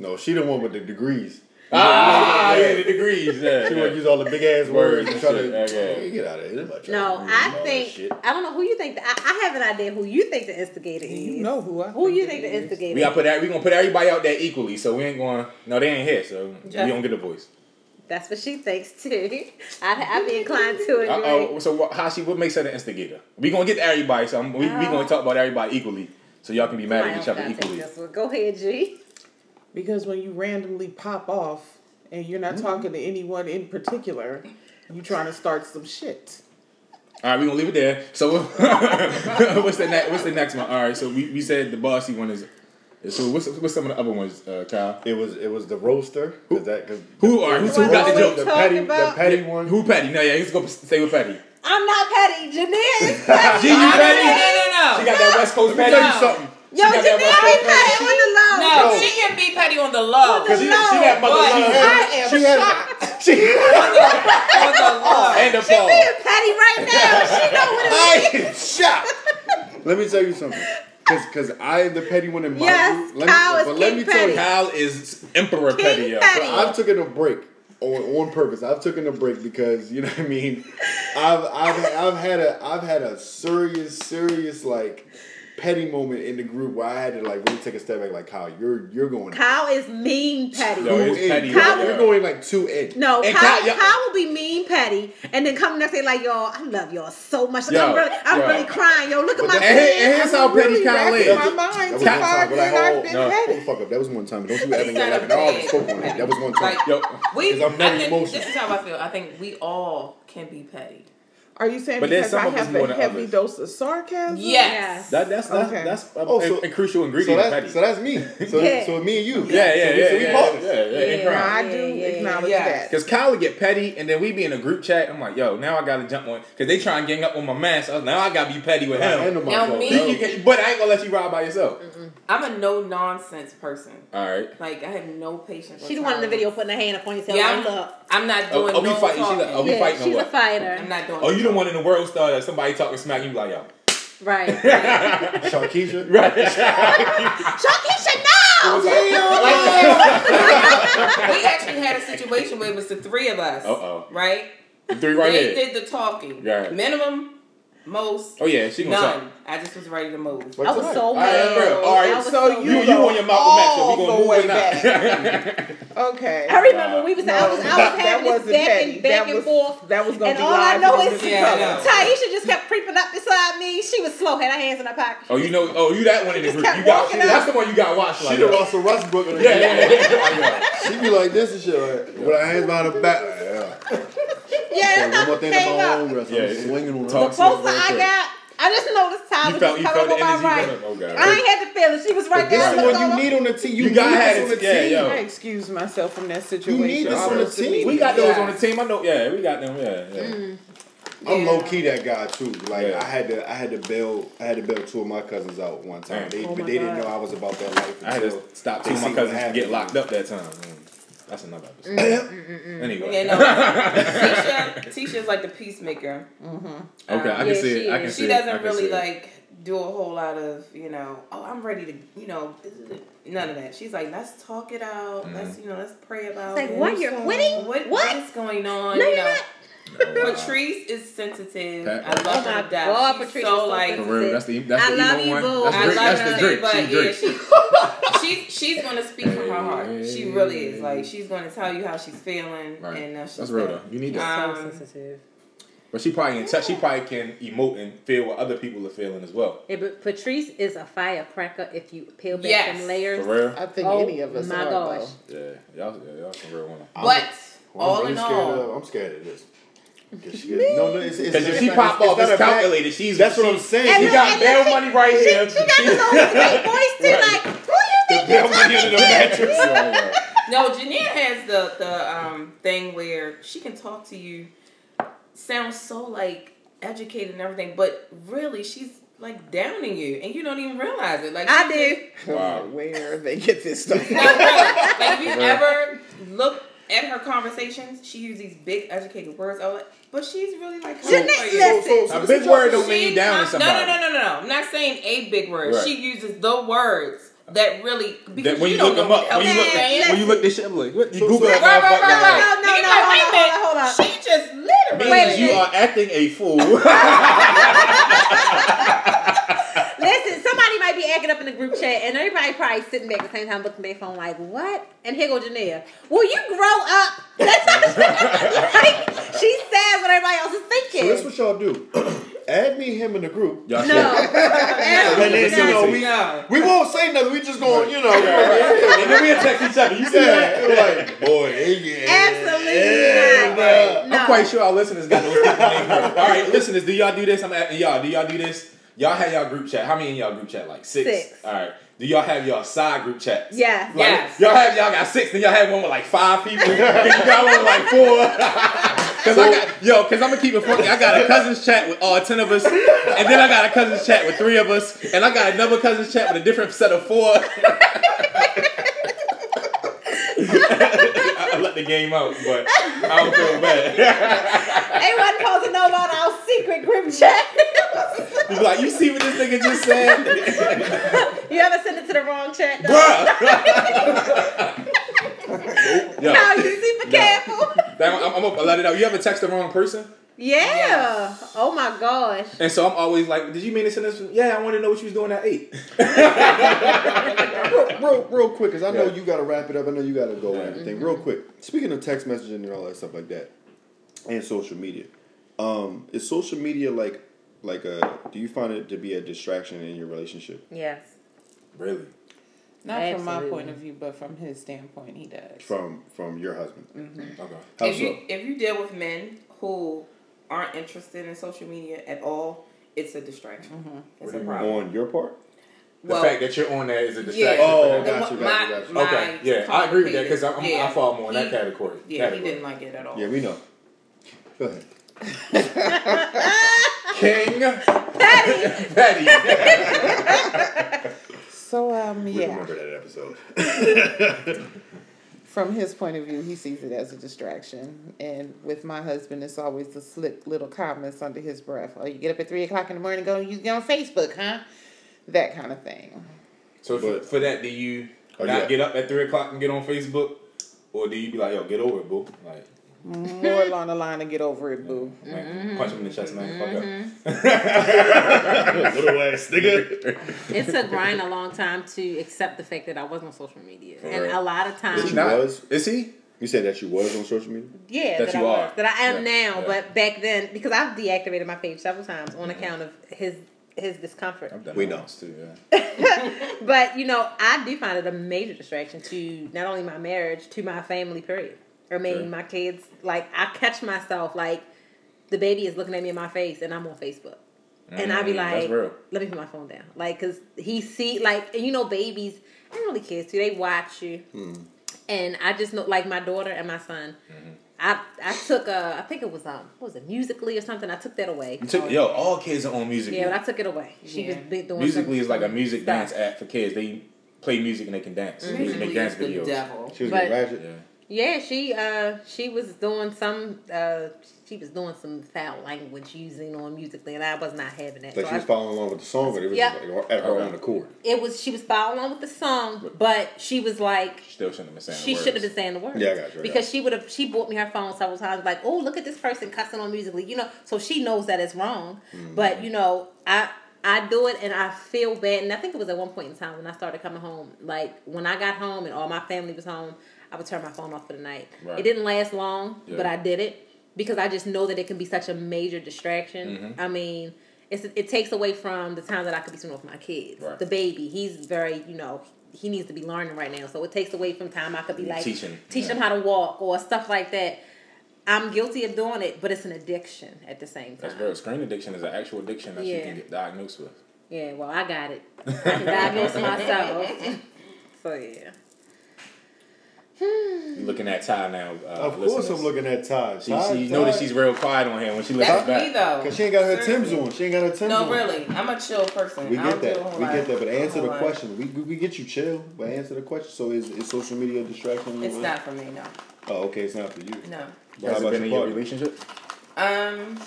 B: no, she the one with the degrees.
C: Ah, yeah, the degrees. Yeah,
B: She
C: yeah.
B: want to use all the big ass words and try
C: Shit,
B: to
C: okay.
B: get out of here. Nobody trying
E: No,
B: to do all
E: I
B: that
E: think
B: Oh, shit.
E: I don't know who you think. The, I, I have an idea who you think the instigator is.
G: You know who I
E: who you
G: it
E: think the
G: is.
E: instigator.
C: We gotta put that. We gonna put everybody out there equally, so we ain't going. No, they ain't here, so
D: Jeff.
C: we don't get a voice.
E: That's what she thinks too. <laughs> I'd, I'd be inclined to agree.
C: Uh oh. So what, how she? What makes her the instigator? We gonna get to everybody, so I'm, we, we gonna talk about everybody equally, so y'all can be mad at
E: Miles
C: each other
E: Uh, gotta take
C: equally.
E: this one. Go ahead, G.
G: Because when you randomly pop off and you're not
C: Mm-hmm.
G: talking to anyone in particular, you trying to start some shit.
C: All right, we gonna leave it there. So <laughs> what's the next? What's the next one? All right, so we, we said the bossy one is. is who what's what's some of the other ones, uh, Kyle?
B: It was it was the roaster. Cause that, cause
C: Who are who, who got the
B: The
C: joke?
B: petty, the
E: about-
B: petty one. <laughs>
C: Who Patty? No, yeah, let's go stay with Patty.
E: I'm not petty. Janine
C: <laughs>
E: is petty.
C: Gigi Patty.
D: No, no,
C: She
D: no,
C: got that West Coast
B: Let
C: Patty.
B: me tell you something.
E: Yo,
C: got
E: Janine
C: that
E: be
C: West Coast
E: petty on the low.
D: no.
B: No.
D: She can be petty on the low.
E: On the
C: She, she
E: low.
C: got mother
D: But-
C: love
B: had, she had, she
D: on the low.
C: and the
E: She
C: fall.
E: being petty right now. She know what
C: <laughs>
B: I
E: it
B: am shocked. Let me tell you something. Cause, cause I am the petty one in my
E: Yes,
B: group. Let
E: Kyle
B: me,
E: is
B: but let
E: king
B: me tell you,
E: petty.
C: Kyle is Emperor
E: King
C: Petty. yo.
E: Patty.
B: I've taken a break on, on purpose. I've taken a break because you know what I mean. I've I've I've had a I've had a serious serious like petty moment in the group where I had to like really take a step back. Like Kyle, you're you're going
E: Kyle is mean petty.
C: Yo, it's
B: in.
C: petty.
E: Kyle-
C: yo.
B: you're going like two in.
E: No,
C: And
E: Kyle,
C: Kyle-
E: Kyle,
C: yo-
E: will be mean petty, and then come next day like, y'all, I love y'all so much. Like,
C: Yo,
E: I'm really, I'm
C: yo.
E: really crying. Yo, look at my
C: And, here- <laughs>
E: face.
C: and here's how petty Kyle
G: That's
C: is.
G: in my mind.
B: That was
G: too far
B: one time, but
G: when
B: I
G: I've
B: hold-
G: been
C: no.
G: petty.
B: Hold the fuck up. That was one time. Don't you ever
D: Shut
B: get
D: up,
B: up and I always
D: Jay.
B: spoke on it. That was one time.
D: Like-
C: Yo,
D: We,
B: 'Cause I'm not
D: I think,
B: emotional.
D: This is how I feel. I think we all can be petty.
G: Are you saying
C: But there's
G: because I
C: some of us
G: have
C: more
G: a
C: than
G: heavy
C: others.
G: dose of sarcasm?
D: Yes.
C: that, that's that's
G: Okay.
C: that's a,
B: Oh, so-
C: a, a crucial
B: So
C: ingredient. of
B: that's,
C: petty.
B: so that's me.
C: <laughs>
B: So,
E: Yeah.
B: so me and you. so
C: yeah, yeah,
B: we,
C: yeah,
B: so we
C: yeah,
B: partners.
C: yeah, yeah, and
E: Yeah.
G: No,
C: crying.
G: I
E: Yeah,
G: do
E: yeah,
G: acknowledge
D: yeah.
G: that.
C: Cause Kyle would get petty, and then we be in a group chat. I'm like, yo, now I gotta jump on, cause they try and gang up on my man. So now I gotta be petty with
B: I
C: him.
B: handle
D: Now
B: myself.
D: me-
B: That was-
C: You can- but I ain't gonna let you ride by yourself.
E: Mm-hmm.
D: I'm a no nonsense person.
C: All right.
D: Like I have no patience.
E: She
D: or
E: the one in the
D: tolerance.
E: video putting her hand upon yourself.
D: Yeah,
E: Yeah,
D: I'm,
E: look.
D: I'm not
C: Oh,
D: doing.
C: oh, we
D: no
C: fighting. She's
D: talking.
C: like, oh, we
E: Yeah,
C: fighting.
E: she's
C: or
E: a
C: what?
D: I'm
E: fighter.
D: not doing.
C: Oh, you the one in the world star that somebody talking smack you be like, yo,
E: Right. right.
B: Sharkeisha.
E: Shakisha, no!
D: we actually had a situation where it was the three of us.
C: Uh-oh.
D: Right?
C: the <laughs> three right here.
D: they did the talking.
C: Right.
D: Minimum, most,
C: Oh yeah, she gonna
D: none.
C: talk.
D: I just was ready to move.
E: I was
C: All
E: so
C: right,
E: mad.
C: bro. All
E: I
C: right,
E: was
C: so
E: so
C: you
E: mad.
C: you on your Malcolm X, so we
G: all
C: gonna
G: the
C: move
G: way
C: or not?
G: Okay.
E: I remember we was I was I
G: that-
E: was
G: that
E: having this
G: wasn't
E: back
G: petty.
E: and back
G: That
E: and
G: was-
E: forth.
G: that was gonna
E: and
G: be
E: all I
G: live
E: know
G: and
E: is
D: Yeah, I know.
E: Taisha just kept creeping up beside me. She was slow, had her hands in her pocket.
C: <laughs> oh, you know, oh, you that one in the group.
E: kept
C: You got
E: walking
C: that's
E: up.
C: the one you got watched.
B: She
C: Like,
B: the
C: yo.
B: Russell Westbrook. of the
C: <laughs> yeah,
B: group. <laughs>
C: yeah, yeah, yeah.
B: She be like this and shit. Like, With her hands behind her back. like, yeah.
E: Yeah,
B: Okay, one more thing about my own
E: up.
B: wrestling.
C: Yeah,
B: I'm swinging on
C: talk
B: her.
C: to
E: Both
C: real
E: I
C: quick.
E: got. I just noticed Tyler
C: You felt-
E: was
C: you
E: just
C: felt
E: coming
C: the
E: over my
C: energy
E: right.
C: coming up. Oh, God.
E: I ain't had to feel it. She was right
B: This
E: there.
B: is
E: I looked
B: what
E: over.
B: you need on the team. You,
C: You
B: need
C: gotta have
B: this on the
C: it. Yeah,
B: team.
C: yo.
G: I excuse myself from that situation.
B: You need this
G: All
B: on the
G: those
B: team.
G: meetings.
C: We got those
D: Yeah.
C: on the team. I know. Yeah, we got them. Yeah,
E: Mm-hmm.
C: yeah.
B: I'm low key that guy too. Like
C: Yeah.
B: I had to, I had to bail, I had to bail two of my cousins out one time. They,
G: Oh
B: but
G: my
B: they didn't
G: God.
B: know I was about that life.
C: I had to
B: until
C: stop
B: they
C: two of my
B: seen
C: cousins
B: what
C: from
B: happened.
C: get locked up that time. Mm. That's another episode. Anyway,
D: Mm-hmm.
C: <laughs>
D: Yeah, no. Tisha, Tisha's like the peacemaker.
C: okay, I
E: Yeah,
C: can see
E: she
C: it. I can
E: is.
C: see
D: uh, She
C: it. I
D: doesn't
C: can
D: really
C: see it.
D: like do a whole lot of, you know, oh, I'm ready to, you know, none of that. She's like, let's talk
C: Mm-hmm.
D: it out. Let's, you know, let's pray about
E: Like
D: it.
E: what? You're quitting?
D: What,
E: What?
D: what is going on?
E: No,
D: you
E: you're
D: know?
E: not.
D: Patrice is sensitive.
C: Pat-
D: I love
E: Oh
D: her
E: my
D: to death.
E: God,
D: She's
E: Patrice
D: so
E: is so
D: like
E: sensitive.
C: For real, that's the that's
E: I
C: the
E: love
C: evil
E: you,
C: one.
E: boo.
C: That's,
D: I
C: Drake,
D: love
C: that's
D: her
C: the
D: too,
C: Drake.
D: but
C: She's Drake.
D: yeah,
C: <laughs>
D: she, she's she's gonna speak from her heart. She really is. Like she's gonna tell you how she's feeling
C: Right.
D: and uh, she's
C: that's real though. You need that.
D: Um,
E: so sensitive.
C: But she probably in touch. She probably can emote and feel what other people are feeling as well.
E: Yeah, but Patrice is a firecracker if you peel back
D: Yes.
E: some
C: For
E: layers.
C: real.
G: I think
E: Oh,
G: any of us
E: my
G: are
E: gosh.
G: though.
C: Yeah, y'all, yeah, y'all some real women.
D: But
B: Well,
D: all
B: I'm
D: in
B: scared
D: all,
B: Of, I'm scared of this. 'Cause she- No, no, it's, it's,
C: Because if
B: it's
C: she
B: not-
C: pop
B: it's
C: off,
B: not
C: it's
B: a bad-
C: calculated. She's
B: That's what I'm saying.
E: And
C: She
E: look,
C: got
E: and
C: bail
E: look,
C: money right here.
E: She got his own great voice too. Like, who you think
C: bail
E: you're
C: money under
D: <laughs>
E: talking
C: the
E: to?
C: mattress.
D: no, Janine has the the um thing where she can talk to you. Sounds so like educated and everything, but really she's like downing you, and you don't even realize it. Like
E: I
D: she just-
E: do.
C: Wow.
G: Where they get this
E: <laughs>
G: stuff?
D: No, really. Like if you ever look at her conversations, she uses these big educated words. all that, But she's really like
E: Janine, listen.
C: A big word don't mean
D: She's
C: you down
D: not-
C: to somebody.
D: No, no, no, no, no. I'm not saying a big word.
C: Right.
D: She uses the words that really because
C: That when you
D: don't
C: look
D: know
C: them up,
D: what
C: when you
D: the
C: look,
D: hell they're saying.
C: when you look this shit up, like what? You
B: So-
C: Google
B: so-
C: that
D: Right, right, right,
C: motherfucker.
D: right.
C: like,
E: No, no,
D: Nigga,
E: no,
D: like, wait a minute.
E: hold on, hold on, hold on.
D: She just literally.
E: Wait a
C: means you
E: minute.
C: are acting a
D: <laughs>
C: fool. Right.
E: Listen, somebody might be acting up in the group chat, and everybody probably sitting back at the same time looking at their phone like, "What?" And here go Janelle. Will you grow up? <laughs> That's like, she says what everybody else is
B: So
E: thinking.
B: that's what y'all do. Add me him in the group.
C: Y'all
E: no,
C: shit.
B: And then, you know, we,
D: No.
B: we won't say nothing. We just going, you know.
C: And then we attack each other. You see that?
B: Yeah, like, boy, they get-
E: absolutely not.
B: Yeah,
E: No.
C: I'm quite sure our listeners got those people in their group. All right, listeners, do y'all do this? I'm at y'all. Do y'all do this? Y'all have y'all group chat. How many in y'all group chat? Like six.
E: Six.
C: All right. Do y'all have y'all side group chats?
E: Yeah.
C: Like,
D: Yes.
C: Y'all have y'all got six. Then y'all have one with like five <laughs> people. then you got one with like <laughs> four. Cause I got, yo, cause I'm gonna keep it funky. I got a cousins chat with all ten of us, and then I got a cousins chat with three of us, and I got another cousins chat with a different set of <laughs> four. I, I let the game out, but I don't feel bad.
E: They wasn't supposed to know about our secret group chat. <laughs>
C: He's like, you see what this nigga just said, <laughs>
E: you ever send it to the wrong chat? Though?
C: bruh? Yo,
E: No, you super
C: No.
E: careful. <laughs>
C: that one, I'm, I'm gonna let it out. You ever text the wrong person?
E: Yeah. Oh my gosh.
C: And so I'm always like, did you mean to send this? Yeah, I want to know what you was doing at eight.
B: real, real, real quick, because I know
C: Yeah.
B: you got to wrap it up. I know you got to go and everything. Real quick, speaking of text messaging and all that stuff like that, and social media, um, is social media like, like a? Do you find it to be a distraction in your relationship?
E: Yes.
C: Really?
F: Not from my
E: Absolutely.
F: point of view, but from his standpoint, he does.
B: From from your husband,
C: Okay.
B: how
D: if you
B: so?
D: if you deal with men who aren't interested in social media at all, it's a distraction.
C: Mm-hmm.
D: It's a problem.
B: On your part,
C: The fact that you're on there is a distraction.
D: Yeah.
B: Oh,
C: for
D: The
C: him.
B: Gotcha,
D: one-
B: gotcha,
D: my-
B: gotcha.
D: my
C: okay. Yeah, I agree with that because I'm, I
D: complicated-
C: fall more in that
D: He-
C: category.
D: Yeah,
C: category.
D: he didn't like it at all.
B: yeah, we know. Go ahead.
C: King <laughs> Patty. Patty.
D: <laughs>
F: So um,
B: We
F: yeah.
B: remember that episode. <laughs>
F: From his point of view, he sees it as a distraction, and with my husband, it's always the slick little comments under his breath. Oh, you get up at three o'clock in the morning, go you get on Facebook, huh? That kind of thing.
C: so for,
B: But-
C: for that, do you
B: Oh,
C: not
B: yeah.
C: get up at three o'clock and get on Facebook, or do you be like, yo, get over it, boo? Like,
F: More along the line and get over it, boo.
C: like,
D: Mm-hmm.
C: punch him in the chest, man. Fuck up.
B: Little ass nigga.
E: It's a grind a long time to accept the fact that I was on social media. And
C: real.
E: a lot of times
B: That you was?
C: Is he?
B: You said that you was on social media.
E: Yeah,
C: That
E: that,
C: you
E: I was,
C: are.
E: that I am
C: Yeah,
E: now,
C: yeah. Mm-hmm.
E: but back then because I've deactivated my page several times on account of his his discomfort.
C: I've done
B: We
C: that
B: know.
C: once, too. Yeah.
E: But you know, I do find it a major distraction to not only my marriage, to my family period. Or maybe
C: Sure.
E: my kids. Like I catch myself like the baby is looking at me in my face and I'm on Facebook. And I be
C: Mm,
E: like,
C: that's real.
E: let me put my phone down. Like, cause he see, like, and you know, babies, and really kids too, they watch you.
C: Hmm.
E: And I just know, like, my daughter and my son,
C: Mm-hmm.
E: I I took a, I think it was um, what was it, musically or something. I took that away.
C: You
D: Oh,
C: took, yo, all kids are on music.
E: Yeah, but I took it away. She
F: Yeah.
E: was big doing
C: Musically
E: some-
C: is like a music
E: stuff.
C: dance app for kids. They play music and they can dance. They
D: Basically,
C: make dance
D: it's the
C: videos.
D: devil.
B: She was
E: But-
B: getting ratchet.
C: Yeah.
E: Yeah, she uh she was doing some uh she was doing some foul language using on musically, and I was not having that.
I: Like
E: So
I: she
E: I-
I: was following along with the song, but it was
E: Yeah.
I: like at her own accord.
E: it was she was following along with the song, but she was like
C: Still shouldn't have been saying
E: she
C: the
E: should have
C: words.
E: been saying the word.
I: Yeah, I got you, I
E: Because
I: got
E: she would have she bought me her phone several times, like, oh look at this person cussing on musically, you know. So she knows that it's wrong,
C: Mm-hmm.
E: but you know I. I do it and I feel bad. And I think it was at one point in time when I started coming home. Like when I got home and all my family was home, I would turn my phone off for the night.
C: Right.
E: It didn't last long,
C: Yeah.
E: but I did it because I just know that it can be such a major distraction.
C: Mm-hmm.
E: I mean, it's, it takes away from the time that I could be spending with my kids.
C: Right.
E: The baby, he's very, you know, he needs to be learning right now. So it takes away from time I could be like
C: Teaching,
E: teach
C: yeah.
E: him how to walk or stuff like that. I'm guilty of doing it, but it's an addiction at the same time.
C: That's real. Screen addiction is an actual addiction that you
E: Yeah.
C: can get diagnosed with.
E: Yeah, well, I got it. I can diagnose myself. <laughs> So yeah.
C: <laughs> You looking at Ty now? Uh,
B: Of course,
C: listeners.
B: I'm looking at Ty.
C: She,
B: Ty-
C: she
B: Ty-
C: noticed she's real quiet on here when she listens
D: That's
C: back.
D: me though.
B: <laughs> Cause she ain't got her Tim's
D: Seriously.
B: on. She ain't got her Tim's on.
D: No, really, I'm a chill person.
B: We
D: I
B: get
D: don't do a
B: that.
D: whole
B: We
D: lot.
B: get that. But
D: I don't
B: answer
D: do a
B: the
D: whole lot.
B: question. We, we, we get you chill, but answer the question. So is, is social media a distraction?
D: It's not for me, no,
B: Oh, okay. It's not for you.
D: no.
B: But
C: Has
B: how
C: it
B: about
C: been in your
B: your partner?
C: relationship?
D: Um,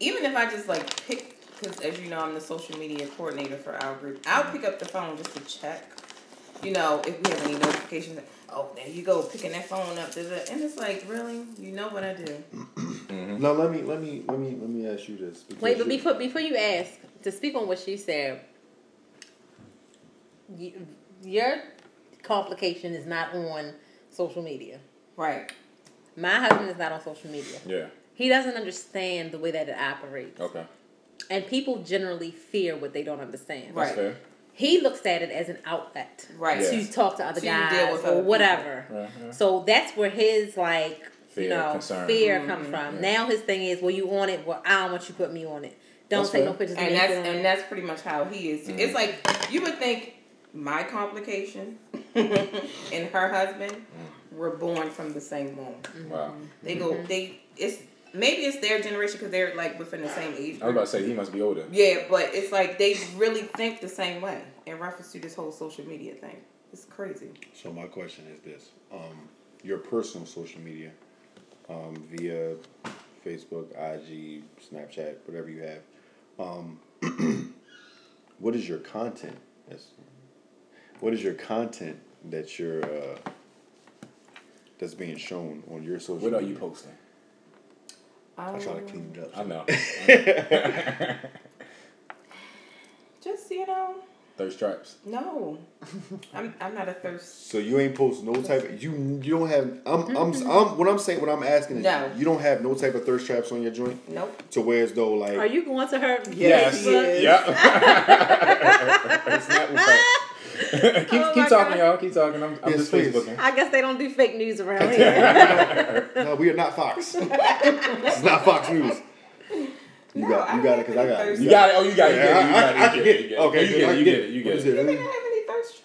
D: even if I just like pick, because as you know, I'm the social media coordinator for our group. I'll pick up the phone just to check. You know, if we have any notifications, like, oh, there you go, picking that phone up. da, da. And it's like, really? You know what I do.
B: No, let me let me let me let me ask you this. because
E: Wait, but
B: you-
E: before before you ask to speak on what she said, y- your complication is not on social media.
D: Right.
E: My husband is not on social media.
C: Yeah.
E: He doesn't understand the way that it operates,
C: Okay.
E: and people generally fear what they don't understand.
C: That's
D: Right.
C: fair.
E: He looks at it as an outlet,
D: Right.
E: To talk to other
D: To deal
E: guys
D: with other
E: or
D: people.
E: whatever.
C: Yeah, yeah.
E: So that's where his like
C: Mm-hmm.
E: you
C: Fear,
E: know
C: concern.
E: fear comes
D: Mm-hmm.
E: from. Now his thing is, well, you on it? Well, I don't want you put me on it. Don't
C: That's
E: take no
C: fair.
E: pictures. of
D: And
E: me
D: that's
E: doing it.
D: and that's pretty much how he is. It's like you would think my complication and her husband were born from the same womb.
C: Wow.
D: They go. They it's maybe it's their generation because they're like within the same age.
C: I was about to say he must be older.
D: Yeah, but it's like they really think the same way in reference to this whole social media thing. It's crazy.
B: So my question is this: um, Your personal social media, um, via Facebook, IG, Snapchat, whatever you have, um, <clears throat> what is your content? That's, what is your content that you're uh, that's being shown on your social?
C: What are you
B: media?
C: posting?
B: I try to
D: Um,
B: clean it up. <laughs>
C: I know.
D: Just you know,
C: Thirst traps.
D: no, I'm I'm not a thirst.
B: So you ain't post no type. Of, you you don't have. I'm I'm I'm. What I'm saying, what I'm asking is,
D: No.
B: you don't have no type of thirst traps on your joint
D: Nope.
B: to where as though like
E: Are you going to her?
F: Yes, he is.
C: Yep. It's not- keep
E: Oh
C: keep talking,
E: my God.
C: y'all. Keep talking. I'm, I'm
B: Yes,
C: just
B: please.
C: Facebooking.
E: I guess they don't do fake news around here.
B: <laughs> No, we are not
D: <laughs>
B: Fox. it's not Fox News. You
D: No,
B: got,
D: I
B: you got
D: don't
B: it, cause I got it.
D: think
C: You got it. Oh, you got it. You
B: Yeah, I- I- I
C: get it. You
B: can
C: get it. You get it. You get it.
B: Okay,
C: you get it. You get it. You get it.
D: You didn't have any thirst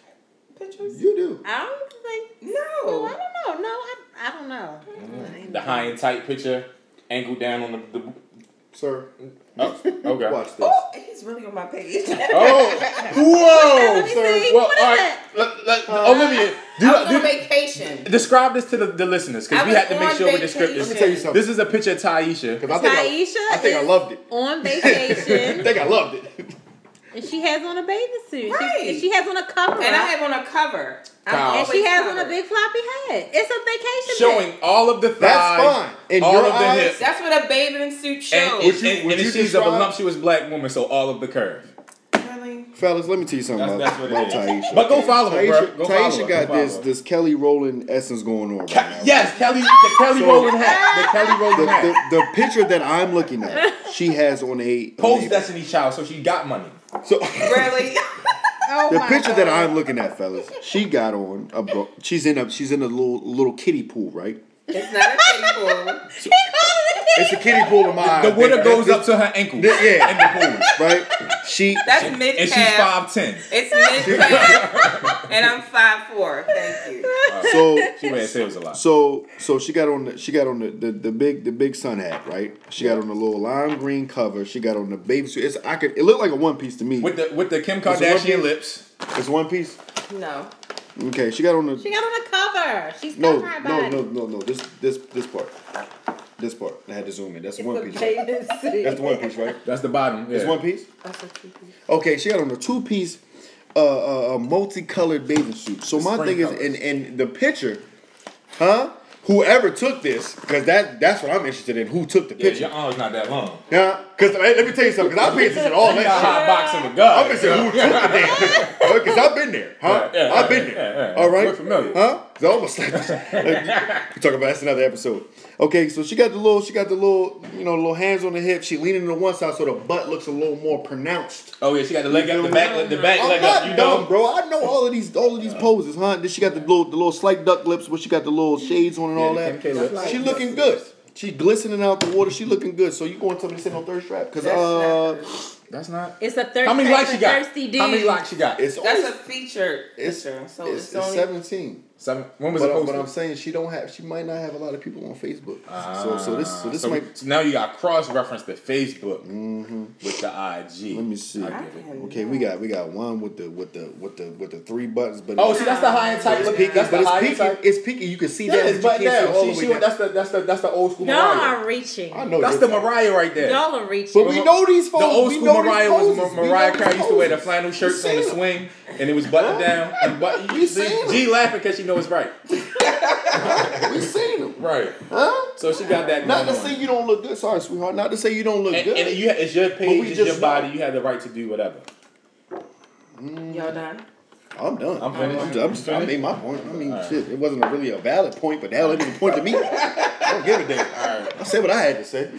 D: trap pictures.
B: You do.
E: I don't think. Well, I
D: No.
E: don't know. No, I, I don't know.
C: The high and tight picture, ankle down on the. the
B: Sir, <laughs>
C: oh, okay.
B: watch this.
D: Oh, he's really on my page.
C: Oh, whoa,
E: me
C: sir.
E: see.
C: Well, all
E: What is
C: right.
E: that?
C: Let, let, Olivia, do,
D: I was on
C: do-
D: vacation.
C: describe this to the, the listeners
D: I
C: because we
D: was
C: had to make
D: on
C: sure we're descriptive.
B: Let
D: vacation.
B: me tell you something.
C: This is a picture of Taisha.
B: 'Cause I think I,
E: Taisha
B: I think I
E: is
B: loved it.
E: on
B: I
E: vacation <laughs>
B: think I loved it. <laughs>
E: and she has on a bathing suit. She,
D: Right.
E: and she has on a cover.
D: And I have on a cover. I'm
C: Kyle.
E: and
D: always
E: she has on a
D: covered.
E: big floppy hat. It's a vacation. <laughs>
C: Showing all of the thighs.
B: That's fine. In
C: all
B: your
C: of the
B: eyes,
C: hips.
D: That's what a bathing suit
C: And,
D: shows.
C: it,
B: you-
C: and,
B: would
C: and
B: you
C: she's a
B: describe-
C: voluptuous black woman, so all of the curve.
D: really?
B: Fellas, let me tell you something
C: That's, that's
B: about,
C: what it
B: about
C: is.
B: Taisha.
C: But go
B: okay?
C: follow her,
B: Taisha,
C: bro. Go
B: Taisha
C: follow
B: got
C: her. Go follow
B: this
C: her.
B: this Kelly Rowland essence going on right now.
C: Yes, Kelly, the Kelly
B: So-
C: Rowland hat. The Kelly
B: The,
C: Rowland hat.
B: the, the picture that I'm looking at, she has on a on
C: Post
B: a-
C: Destiny Child, so she got money.
B: So
D: <laughs> Really?
F: Oh
B: the
F: my
B: picture
F: God.
B: that I'm looking at, fellas, she got on a bro- she's in a she's in a little little kiddie pool, right?
D: it's not a kiddie pool.
B: It's a kiddie pool in my eyes.
C: The water
B: baby.
C: goes
B: That's-
C: up to her ankle.
B: that's-
C: <laughs> In
B: yeah,
C: the pool.
B: right. She
D: That's mid
C: And she's 5'10.
D: It's mid calf. and I'm five four. Thank you.
B: so
C: She wears heels a lot.
B: so so she got on the, she got on the, the, the big the big sun hat, right? She got on the little lime green cover. She got on the baby suit. It's I could it looked like a one piece to me.
C: With the with the Kim
B: It's a one
C: Kardashian
B: piece.
C: lips.
B: It's one piece.
D: No.
B: Okay, she got on the
E: She got on a cover. She's
B: no,
E: covering her
B: no,
E: body.
B: no, no, no. This, this, this part, this part. I had to zoom in. That's one piece. right? That's
E: That's
B: the one piece, right?
C: That's the bottom. Yeah.
B: It's one piece.
D: That's what you do.
B: Okay, she got on a two piece, uh, uh, uh, multicolored bathing suit. So my
C: Spring
B: thing
C: colors.
B: is, and and the picture, huh? Whoever took this, because that that's what I'm interested in. Who took the
C: Yeah,
B: picture?
C: your arm's not that long.
B: Yeah, because let me tell you something. Because I pay attention to all
C: You got a
B: that shit.
C: hot box in the
B: I'm
C: gut.
B: just saying who took the damn
C: <laughs>
B: picture. Because I've been there, huh?
C: Yeah, yeah,
B: I've been
C: yeah,
B: there.
C: yeah, yeah.
B: All right?
C: We're familiar.
B: Huh? It's almost like, like talk about that's another episode. Okay, so she got the little, she got the little, you know, little hands on the hip. She leaning to one side so the butt looks a little more pronounced.
C: <laughs> Oh yeah, she got the leg up, the back, leg- the back
B: I'm
C: leg up.
B: not
C: You
B: dumb,
C: know,
B: bro. I know all of these, all of these poses, huh? Then she got the little, the little slight duck lips, where she got the little shades on and all
C: the
B: that.
C: Kim K lips.
B: She looking good. She glistening out the water. She looking good. So you going to tell me to sit on third strap? Cause uh,
C: That's not.
E: It's a thirsty.
C: How many likes she got?
E: Thirsty dude.
C: How many likes she got?
B: it's
D: That's
B: only
D: a featured
B: It's,
D: picture, so
B: it's,
D: it's,
B: it's
D: only.
B: 17.
C: Seven. When was
B: But,
C: it
B: I'm-
C: posted?
B: but I'm saying she don't have she might not have a lot of people on Facebook.
C: Ah.
B: so so this so this
C: so,
B: might Mm-hmm.
C: so now you got cross reference to Facebook with the IG.
B: let me see.
C: I get it.
B: Okay, we got we got one with the with the with the with the three buttons, but
C: Oh,
B: it's,
C: see, that's the high and tight.
B: it's
C: Look,
B: peaky,
C: that's
B: but
C: the
B: it's
C: high
B: peaky.
C: and tight.
B: It's peaky. You can see
C: Yeah,
B: that,
C: it's
B: but
C: butt
B: you can't see Oh,
C: down.
B: all
C: She,
B: the
C: she
B: way
C: went,
B: down.
C: that's the that's the that's the old school
E: Y'all
C: Mariah.
E: are reaching.
B: I know
C: That's
B: this.
C: the Mariah right there.
E: Y'all are reaching.
B: But we know these folks.
C: The old
B: we
C: school
B: know these
C: Mariah was
B: poses.
C: Ma-
B: We
C: Mariah
B: know these
C: Carey used to wear the
B: poses.
C: flannel shirts on the
B: seen 'em.
C: swing, and it was buttoned down. And but
B: You
C: you see,
B: seen 'em.
C: G laughing because she know it's right.
B: We seen them,
C: Right.
B: huh?
C: So she got that.
B: Not to
C: going
B: say
C: on.
B: you don't look good. Sorry, sweetheart. Not to say you don't look
C: And,
B: good.
C: and you, it's your page,
B: we
C: it's
B: just
C: your body.
B: know.
C: You have the right to do whatever.
D: Y'all done?
B: I'm done.
C: I'm finished.
B: I'm, I'm just, I
C: Finished?
B: made my point. I mean, shit, it wasn't a really a valid point, but hell, it didn't point to
C: <laughs>
B: me. I don't give a damn.
C: All right.
B: I said what I had to say.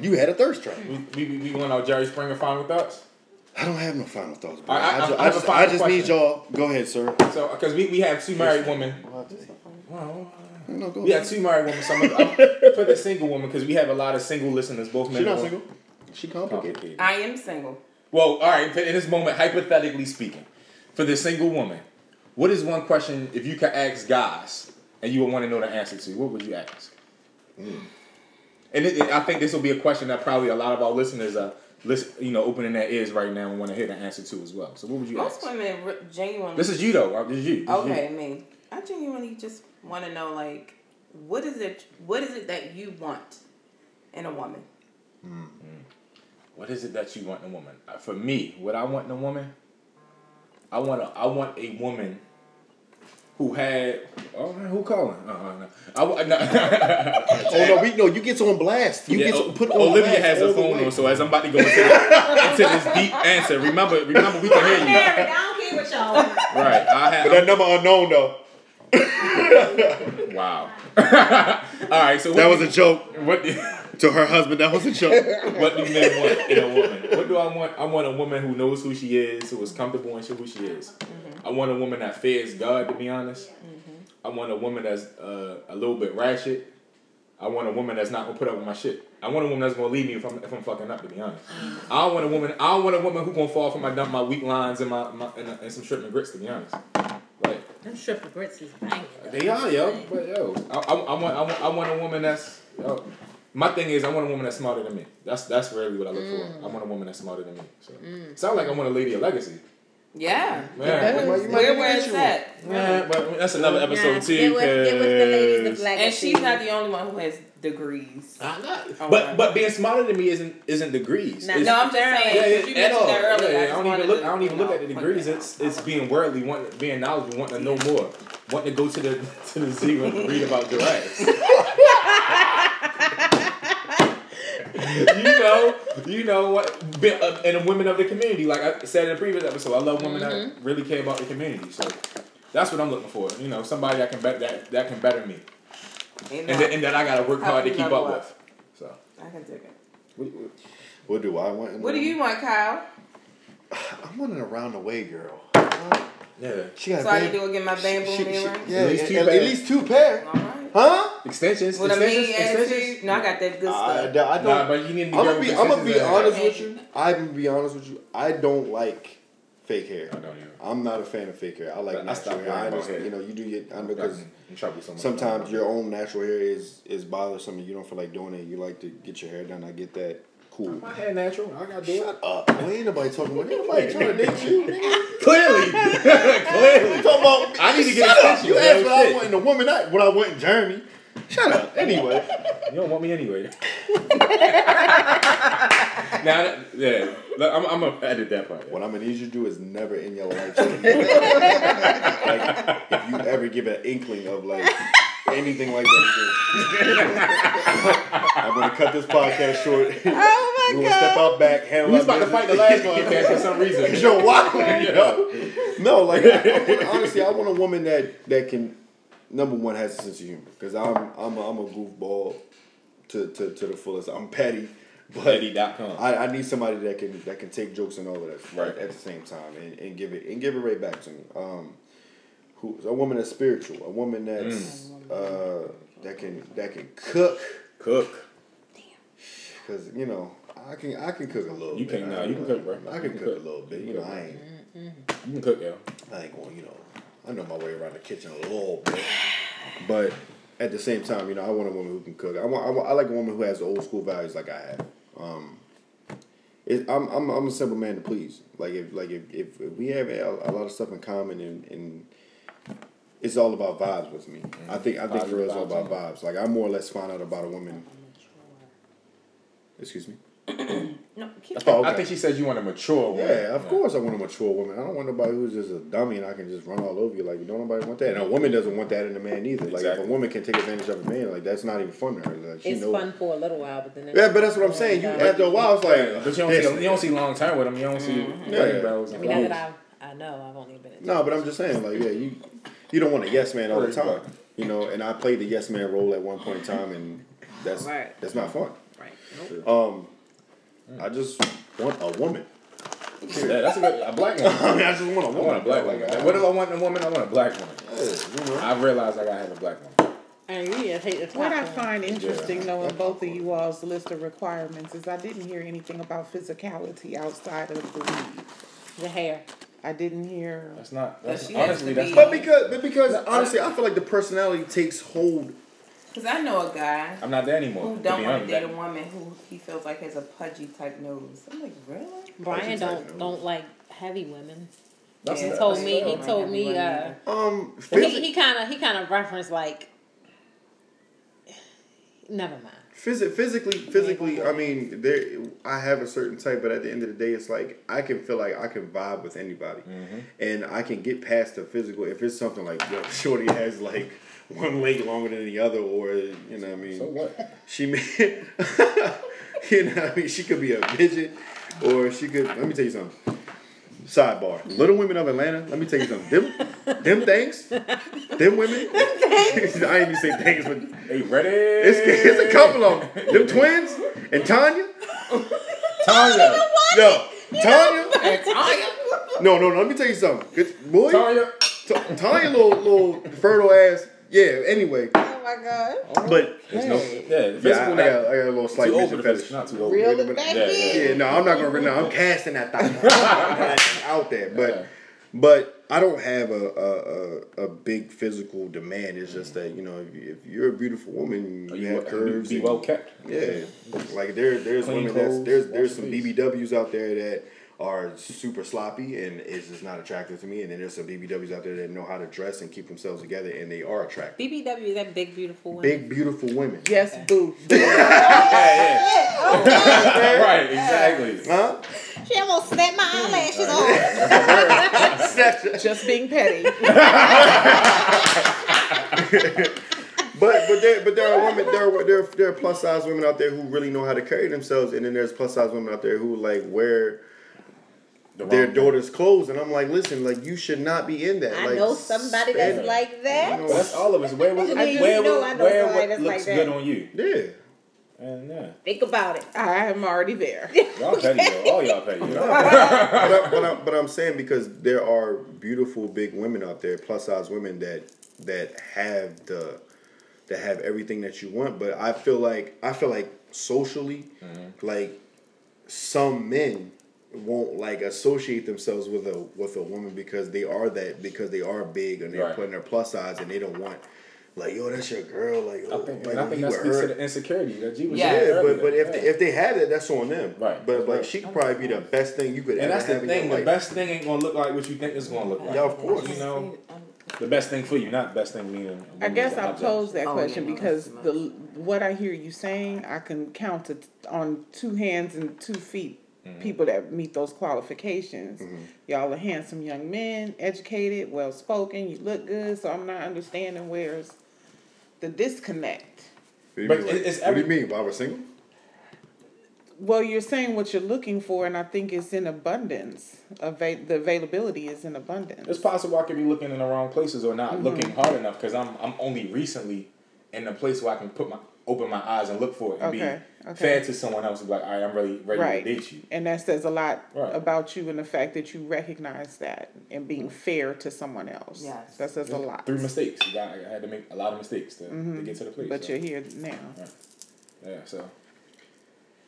B: You had a thirst trap.
C: We, we, we want our Jerry Springer final thoughts.
B: I don't have no final thoughts, bro.
C: I- I-
B: I, ju-
C: I
B: I
C: have a
B: just,
C: final
B: I just need
C: question.
B: y'all. Go ahead, sir.
C: So, because we, we have two married women.
B: No, go
C: We
B: ahead.
C: have two married women. So I'm, I'm, for the single woman, because we have a lot of single listeners, both men.
B: She not
C: and
B: single.
C: women.
B: She complicated.
C: Complicated.
D: I am single.
C: Well, all right. but In this moment, hypothetically speaking, for the single woman, what is one question if you could ask guys and you would want to know the answer to? What would you ask?
B: Hmm.
C: And it, it- I think this will be a question that probably a lot of our listeners are, listen, you know, opening their ears right now and want to hear the answer to as well. So, what would you
D: Most
C: ask?
D: women re- genuinely.
C: This is you though. uh, This is you. This is you.
D: okay, me. I genuinely just want to know, like, what is it? What is it that you want in a woman?
C: What is it that you want in a woman? Uh, For me, what I want in a woman, I want a, I want a woman who had. Oh man, who calling? Uh, uh, no. I, wa- <laughs> no.
B: Oh no, we no. You gets on blast. You
C: Yeah,
B: gets
C: O-
B: put on.
C: Olivia
B: blast
C: has
B: all
C: a
B: the
C: phone
B: way.
C: on, so as I'm about to go into, the, into this deep answer, remember, remember, we can hear you.
E: Married. I don't care what y'all. want.
C: Right. I
B: But
C: have.
B: that number unknown though.
C: Wow. <laughs> All right. So what
B: That was
C: do-
B: a joke
C: what. <laughs> do-
B: to her husband. That was a joke.
C: <laughs> What do men want in a woman? What do I want? I want a woman who knows who she is, who is comfortable in who she is. I want a woman that fears God, to be honest. I want a woman that's uh, a little bit ratchet. I want a woman that's not gonna put up with my shit. I want a woman that's gonna leave me if I'm if I'm fucking up, to be honest. I don't want a woman. I don't want a woman who gonna fall for my dump, my weak lines, and my, my and, and some shrimp and grits, to be honest. Like
E: Them stripper grits is banging.
C: they are, yo. But yo, I, I, I want, I want, I want a woman that's. Yo, my thing is, I want a woman that's smarter than me. That's that's really what I look
E: Mm.
C: for. I want a woman that's smarter than me. So, sound like I want a lady of legacy.
D: Yeah.
C: Man,
B: You might
D: Where
B: get
D: where
B: an
D: is
B: issue.
D: that?
C: man, but I mean, that's another episode
E: Nah,
C: too.
E: It was, it was the ladies of
C: 'cause-
E: black.
D: And she's not the only one who has degrees.
C: I'm not.
D: Oh,
C: But
D: right.
C: but being smarter than me isn't isn't degrees.
E: Nah.
C: It's-
D: No, I'm just
E: Yeah,
D: saying.
C: yeah, yeah,
D: you
C: at all.
D: mentioned that
C: Yeah,
D: earlier.
C: I
D: just
C: don't even
D: wanted
C: look.
D: to,
C: I don't even
D: you
C: look at the
D: know, point
C: degrees.
D: that out.
C: It's it's being worldly, wanting, being knowledgeable, wanting to know more, wanting to go to the <laughs> to the zoo
D: <laughs>
C: and read about giraffes. you know, you know what? Be, uh, and the women of the community, like I said in the previous episode, I love women
D: Mm-hmm.
C: that really care about the community. So that's what I'm looking for. You know, somebody that can bet that that can better me, and,
D: Ain't no-
C: that and that I gotta work
D: Help
C: hard to
D: you
C: keep
D: level
C: up
D: up.
C: with. So
D: I can dig it.
B: What do I want? in a
D: What do
B: woman?
D: you want, Kyle?
B: I'm wanting a round the way girl.
C: yeah,
B: She got
D: So
B: a
D: I
B: bang-
D: need to go get my bang boom
B: she-
D: ring.
B: she-
D: All
B: Yeah,
C: At least
B: at,
C: two
B: at
C: pairs.
B: least two pair.
D: right.
B: Huh?
C: extensions,
D: With a
C: extensions,
D: mean
C: extensions.
D: attitude. No, I got that good
B: I, I
D: stuff.
B: don't.
C: Nah, but you need to
B: I'm
C: girl
B: gonna
C: with
B: be, I'm gonna be
C: extensions in her
B: honest
C: hair.
B: with you. I'm gonna be honest with you. I don't like fake hair.
C: I don't either.
B: I'm not a fan of fake hair. I like
C: But I
B: natural
C: stopped
B: hair. I
C: wearing my
B: understand.
C: hair.
B: You know, you do get I know
C: Got
B: because
C: me in trouble so much.
B: sometimes your own natural hair is is bothersome and you don't feel like doing it. You like to get your hair done. I get that. Cool.
C: my hair natural. I gotta do it.
B: Shut up.
C: <laughs>
B: Well, ain't nobody talking about. Ain't nobody trying to date you. nigga.
C: Clearly, clearly.
B: Talking about.
C: I I need to get
B: Shut up!
C: attention.
B: You
C: yo,
B: asked what I
C: shit.
B: want in a woman, not what I want in Jeremy. Shut up. Anyway,
C: You don't want
B: <laughs>
C: me anyway. now, that- yeah, look, I'm, I'm gonna edit that part.
B: what I'm gonna need you to do is never in your life. <laughs> like, if you ever give an inkling of like anything like that, again, I'm gonna cut this podcast short.
E: Oh
B: we
E: my
B: will step
E: god.
B: out back, handle
C: We was
B: our
C: about to
B: business.
C: fight the last podcast for some
B: <laughs>
C: reason. <laughs>
B: Yo, why? You know? No, like I want- honestly, I want a woman that that can number one has a sense of humor because I'm I'm a, I'm a goofball to, to to the fullest. I'm petty, but
C: Petty.com.
B: I, I need somebody that can that can take jokes and all of that
C: Right.
B: right at the same time and, and give it and give it right back to me. Um, who a woman that's spiritual, a woman that's uh that can that can cook
C: Cook.
B: because you know. I can I can cook a little.
C: You
B: bit.
C: can-
B: I-
C: nah, you can cook, bro.
B: I
C: You
B: can
C: can
B: cook,
C: cook.
B: a little bit. You know, I ain't
C: You can cook, yo.
B: I ain't going, you know, I know my way around the kitchen a little bit. But at the same time, you know, I want a woman who can cook. I want, I, want, I like a woman who has the old school values like I have. Um, it, I'm, I'm, I'm a simple man to please. Like if, like if, if, if we have a, a lot of stuff in common and, and it's all about vibes with me. I think, I think for real, it's all about Mm-hmm. vibes. Like I more or less find out about a woman. Excuse me.
E: No, keep
B: Oh,
C: I think she said you want a mature one.
B: yeah, of course I want a mature woman. I don't want nobody who's just a dummy and I can just run all over you. Like, don't nobody want that. And a woman doesn't want that in a man either. Like,
C: Exactly.
B: if a woman can take advantage of a man, like, that's not even fun to her. Like, she
E: It's
B: knows.
E: fun for a little while, but then
B: Yeah, but that's what I'm saying. You after a while, it's like,
C: But you don't, see, you don't see long term with them. You don't see
B: Mm-hmm.
C: wedding bells and
E: I mean, now
C: flowers.
E: that I I know I've only been in
B: No, but I'm just saying, like, yeah, you you don't want a yes man all the time, you know. And I played the yes man role at one point in time, and that's
E: Right.
B: that's not fun.
E: right.
B: Um, I just want a woman. <clears throat>
C: Yeah, that's a, good, a black one.
B: I mean, I just want a
C: I
B: woman.
C: want a black
B: Like,
C: one.
B: I-
C: what if I want a woman? I want a black one.
B: Yeah, you know.
C: I realize I gotta have a black one.
E: And you didn't take the top
F: What I
E: one.
F: find interesting, though, in
B: That's
F: both of
B: awkward.
F: you all's list of requirements is I didn't hear anything about physicality outside of the weave.
E: the hair.
F: I didn't hear.
C: That's not. That's
D: she has
C: honestly
D: to
C: that's.
D: be-
C: Not,
B: But because, but because honestly, I feel like the personality takes hold.
D: Because I know a guy
C: I'm not there anymore.
D: who
C: to
D: don't
C: be
D: want to
C: honest.
D: date a woman who he feels like has a pudgy type nose. I'm like, really?
E: Brian
B: type
E: don't
B: nose.
E: don't like heavy women.
C: That's
E: He
D: Yeah.
E: told me he
D: Yeah.
E: told me uh
D: Everyone
B: Um,
E: he,
B: physi-
E: he kinda he kinda referenced like never mind.
B: physi- physically, physically. I mean, there. I have a certain type, but at the end of the day, it's like I can feel like I can vibe with anybody, and I can get past the physical if it's something like yo, <laughs> Shorty has like one leg longer than the other, or you know what I mean.
C: So <laughs> what?
B: She may, <laughs> you know, what I mean, she could be a midget, or she could. Let me tell you something. Sidebar: Little Women of Atlanta. Let me tell you something. Them, them things, them women. <laughs> I ain't even say things, but
C: Hey, ready?
B: it's, it's a couple of them. Them twins and Tanya.
C: Tanya.
B: Yo, Tanya. <laughs> And Tanya. No, no, no. Let me tell you something. Good boy.
C: Tanya.
B: T- Tanya, little, little fertile ass. Yeah. Anyway,
E: <laughs> Oh my god.
B: but
C: There's no. Yeah, the
B: yeah, I,
C: physical.
B: I
C: not,
B: got, I got a little slight
C: too old for
B: midget
C: the
B: fetish.
C: physical. Not too old.
E: Real
B: but-
E: back
C: Yeah,
E: in.
C: yeah.
B: Yeah, no, I'm not gonna. No, I'm casting that
C: <laughs>
B: thought. I'm casting out there, but but I don't have a a, a, a big physical demand. It's just that you know if, you, if you're a beautiful woman, you,
C: Oh, You
B: have
C: wa-
B: curves.
C: Be
B: and-
C: well kept.
B: Yeah, like there there's
C: Clean
B: women that's
C: clothes,
B: there's
C: wash
B: there's some
C: your face.
B: BBWs out there that are super sloppy and it's just not attractive to me. And then there's some BBWs out there that know how to dress and keep themselves together, and they are attractive.
E: BBW is that big beautiful woman.
B: Big beautiful women.
F: Yes, boo.
C: <laughs>
E: <laughs>
C: Yeah, yeah. right, exactly.
B: Huh?
E: Oh, She almost snapped my eyelashes off.
F: Just being petty.
B: But but there but there are women there are there are, there are plus size women out there who really know how to carry themselves, and then there's plus size women out there who like wear
C: The
B: their
C: wrong-
B: daughter's clothes, and I'm like, listen, like you should not be in that.
E: I
B: like,
E: know somebody
B: stand-
E: that's like that.
B: you
C: Well, <laughs> that's all of us. Where was
E: <laughs> You
C: where,
E: know I
C: where,
E: know somebody
C: what
E: that's
C: looks
E: like
C: good
E: that.
C: on you?
B: Yeah.
C: And yeah,
E: Think about it.
F: I am already there.
C: y'all petty, yo. all y'all
E: <laughs>
C: petty. Yo.
B: but, I, but, I, but I'm saying because there are beautiful big women out there, plus size women that that have the that have everything that you want. But I feel like I feel like socially,
C: Mm-hmm.
B: like some men won't like associate themselves with a with a woman because they are that because they are big and they're
C: Right.
B: putting their plus size and they don't want
H: like yo, that's your girl, like
C: I
H: oh,
C: think,
H: like,
C: and I
H: you
C: think that
H: were
C: speaks to
H: hurt.
C: the insecurity that you was
D: Yeah.
C: saying
H: Yeah,
C: earlier.
H: but but if
C: Yeah.
H: they, if they had it, that's on them.
C: Right.
H: But like she could probably be the best thing you could
C: and
H: ever
C: that's the
H: have in
C: thing,
H: your life.
C: the best thing ain't gonna look like what you think it's gonna look like.
H: Yeah, of course.
C: You know, the best thing for you, not the best thing meaning.
F: I guess I posed that
D: Oh,
F: question
D: yeah, no,
F: because
D: that's
F: the what I hear you saying, I can count it on two hands and two feet. People that meet those qualifications, y'all are handsome young men, educated, well spoken. You look good, so I'm not understanding where's the disconnect.
H: What do you
C: But
H: mean, like-
C: it's
H: what do you
C: every-
H: mean? If I was single,
F: Well, you're saying what you're looking for, and I think it's in abundance. Ava- the availability is in abundance.
C: It's possible I could be looking in the wrong places or
F: Mm-hmm.
C: not looking hard enough because I'm I'm only recently in the place where I can put my open my eyes and look for it and
F: Okay,
C: be
F: okay.
C: fair to someone else. And be like, all right, I'm really ready
F: Right.
C: to date you.
F: And that says a lot
C: Right. Mm-hmm.
F: about you and the fact that you recognize that and being fair to someone else.
D: Yes.
F: That says a lot.
C: Through mistakes, you got, I had to make a lot of mistakes to, to get to the place.
F: Mm-hmm. But
C: so,
F: you're here now.
C: yeah, so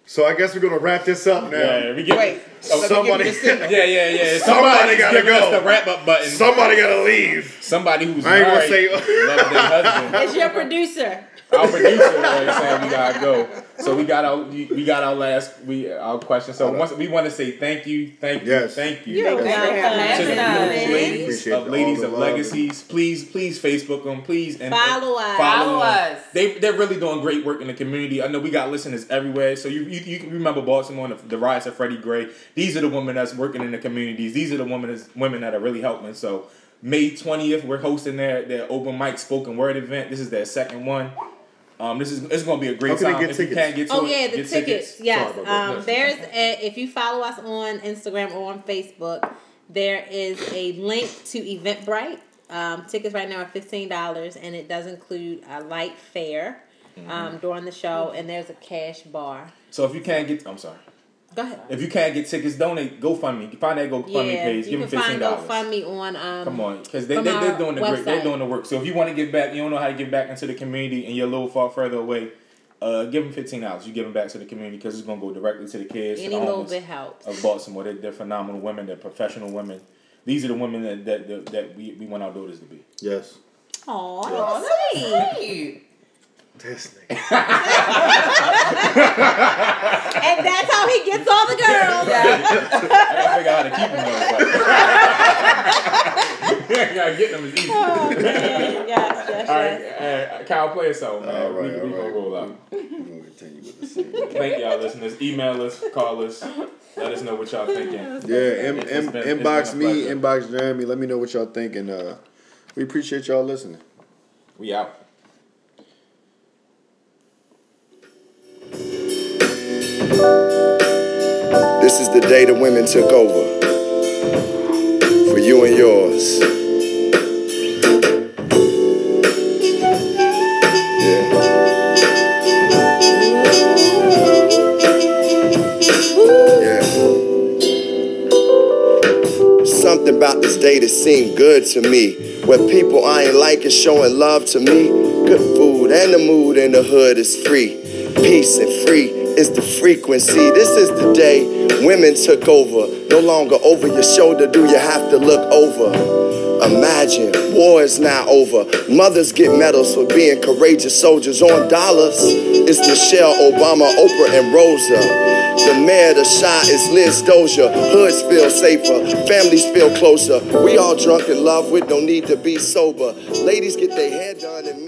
B: So I guess we're gonna wrap this up now.
C: yeah, we get Oh,
F: Wait, so
B: somebody-
F: somebody. Give you the signal.
C: yeah, yeah, yeah. Somebody,
B: gotta
C: gotta go.
B: go.
C: the wrap up button.
B: Somebody gotta leave.
C: Somebody who's
B: I ain't gonna
C: married, <laughs>
B: say-
H: <laughs>
C: left their husband.
E: It's your producer.
C: our producer already said we gotta go. So we got our we we got our last we our question. So once we want to say thank you, thank you,
B: Yes.
C: thank you.
F: You're
B: Thanks for
F: welcome.
B: having
C: to the
D: us.
C: beautiful ladies
B: Appreciate
C: of
B: all
C: ladies
B: the
C: of
B: love.
C: legacies, please, please Facebook them, please and
E: Follow us.
D: Follow
C: them.
D: us.
C: They they're really doing great work in the community. I know we got listeners everywhere. So you you, you can remember Baltimore and the, the riots of Freddie Gray. These are the women that's working in the communities. These are the women that's, women that are really helping. So May twentieth, we're hosting their their open mic spoken word event. This is their second one. Um, this is it's gonna be a great
B: How can they
C: time.
B: get
C: if you
B: tickets?
C: can't get to
E: Oh
C: it,
E: yeah, the
C: get
E: tickets. Yes.
C: Sorry about that.
E: Um, there's a, if you follow us on Instagram or on Facebook, there is a link to Eventbrite. Um, tickets right now are fifteen dollars, and it does include a light fare
C: Mm-hmm.
E: um, during the show, and there's a cash bar.
C: So if you can't get, I'm sorry.
E: Go ahead.
C: If you can't get tickets, donate GoFundMe. Find that GoFundMe
E: yeah,
C: page.
E: you
C: Give them
E: can
C: fifteen
E: find
C: dollars.
E: GoFundMe on. Um,
C: Come on, because they,
E: from
C: they they're
E: our
C: doing the great, they're
E: website.
C: doing the work. So if you want to give back, you don't know how to give back into the community, and you're a little far further away. Uh, give them fifteen dollars. You give them back to the community because it's gonna go directly to the kids. to
E: Any
C: the
E: little
C: homeless
E: bit helps.
C: of Baltimore. They're, they're phenomenal women. They're professional women. These are the women that that, that, that we, we want our daughters to be.
H: yes.
E: Aw,
D: Cute.
B: This nigga.
E: and that's how he gets all the girls.
C: <laughs> I gotta figure out how to keep them though. But... <laughs> I gotta get them is easy. All
E: Oh, man. Yes, yes, yes.
C: right, uh, Kyle, play a song, man.
H: All right,
C: we we
H: all
C: gonna
H: right.
C: roll out.
H: We're gonna continue with the same.
C: Thank y'all, listeners. Email us, call us, let us know what y'all thinking.
B: <laughs>
H: Yeah, em,
C: It's
H: em,
C: been- it's
H: inbox
C: been a
H: me,
C: pleasure.
H: inbox Jeremy. Let me know what y'all think, and uh, we appreciate y'all listening.
C: We out.
A: This is the day the women took over. For you and yours. Yeah. Yeah. Something about this day that seemed good to me. Where people I ain't like is showing love to me. Good food and the mood in the hood is free. Peace and free is the frequency. This is the day women took over. No longer over your shoulder do you have to look over. Imagine war is now over. Mothers get medals for being courageous soldiers on dollars. It's Michelle Obama, Oprah, and Rosa. The mayor, the shy is Liz Dozier. Hoods feel safer, families feel closer. We all drunk in love with no need to be sober. Ladies get their hair done and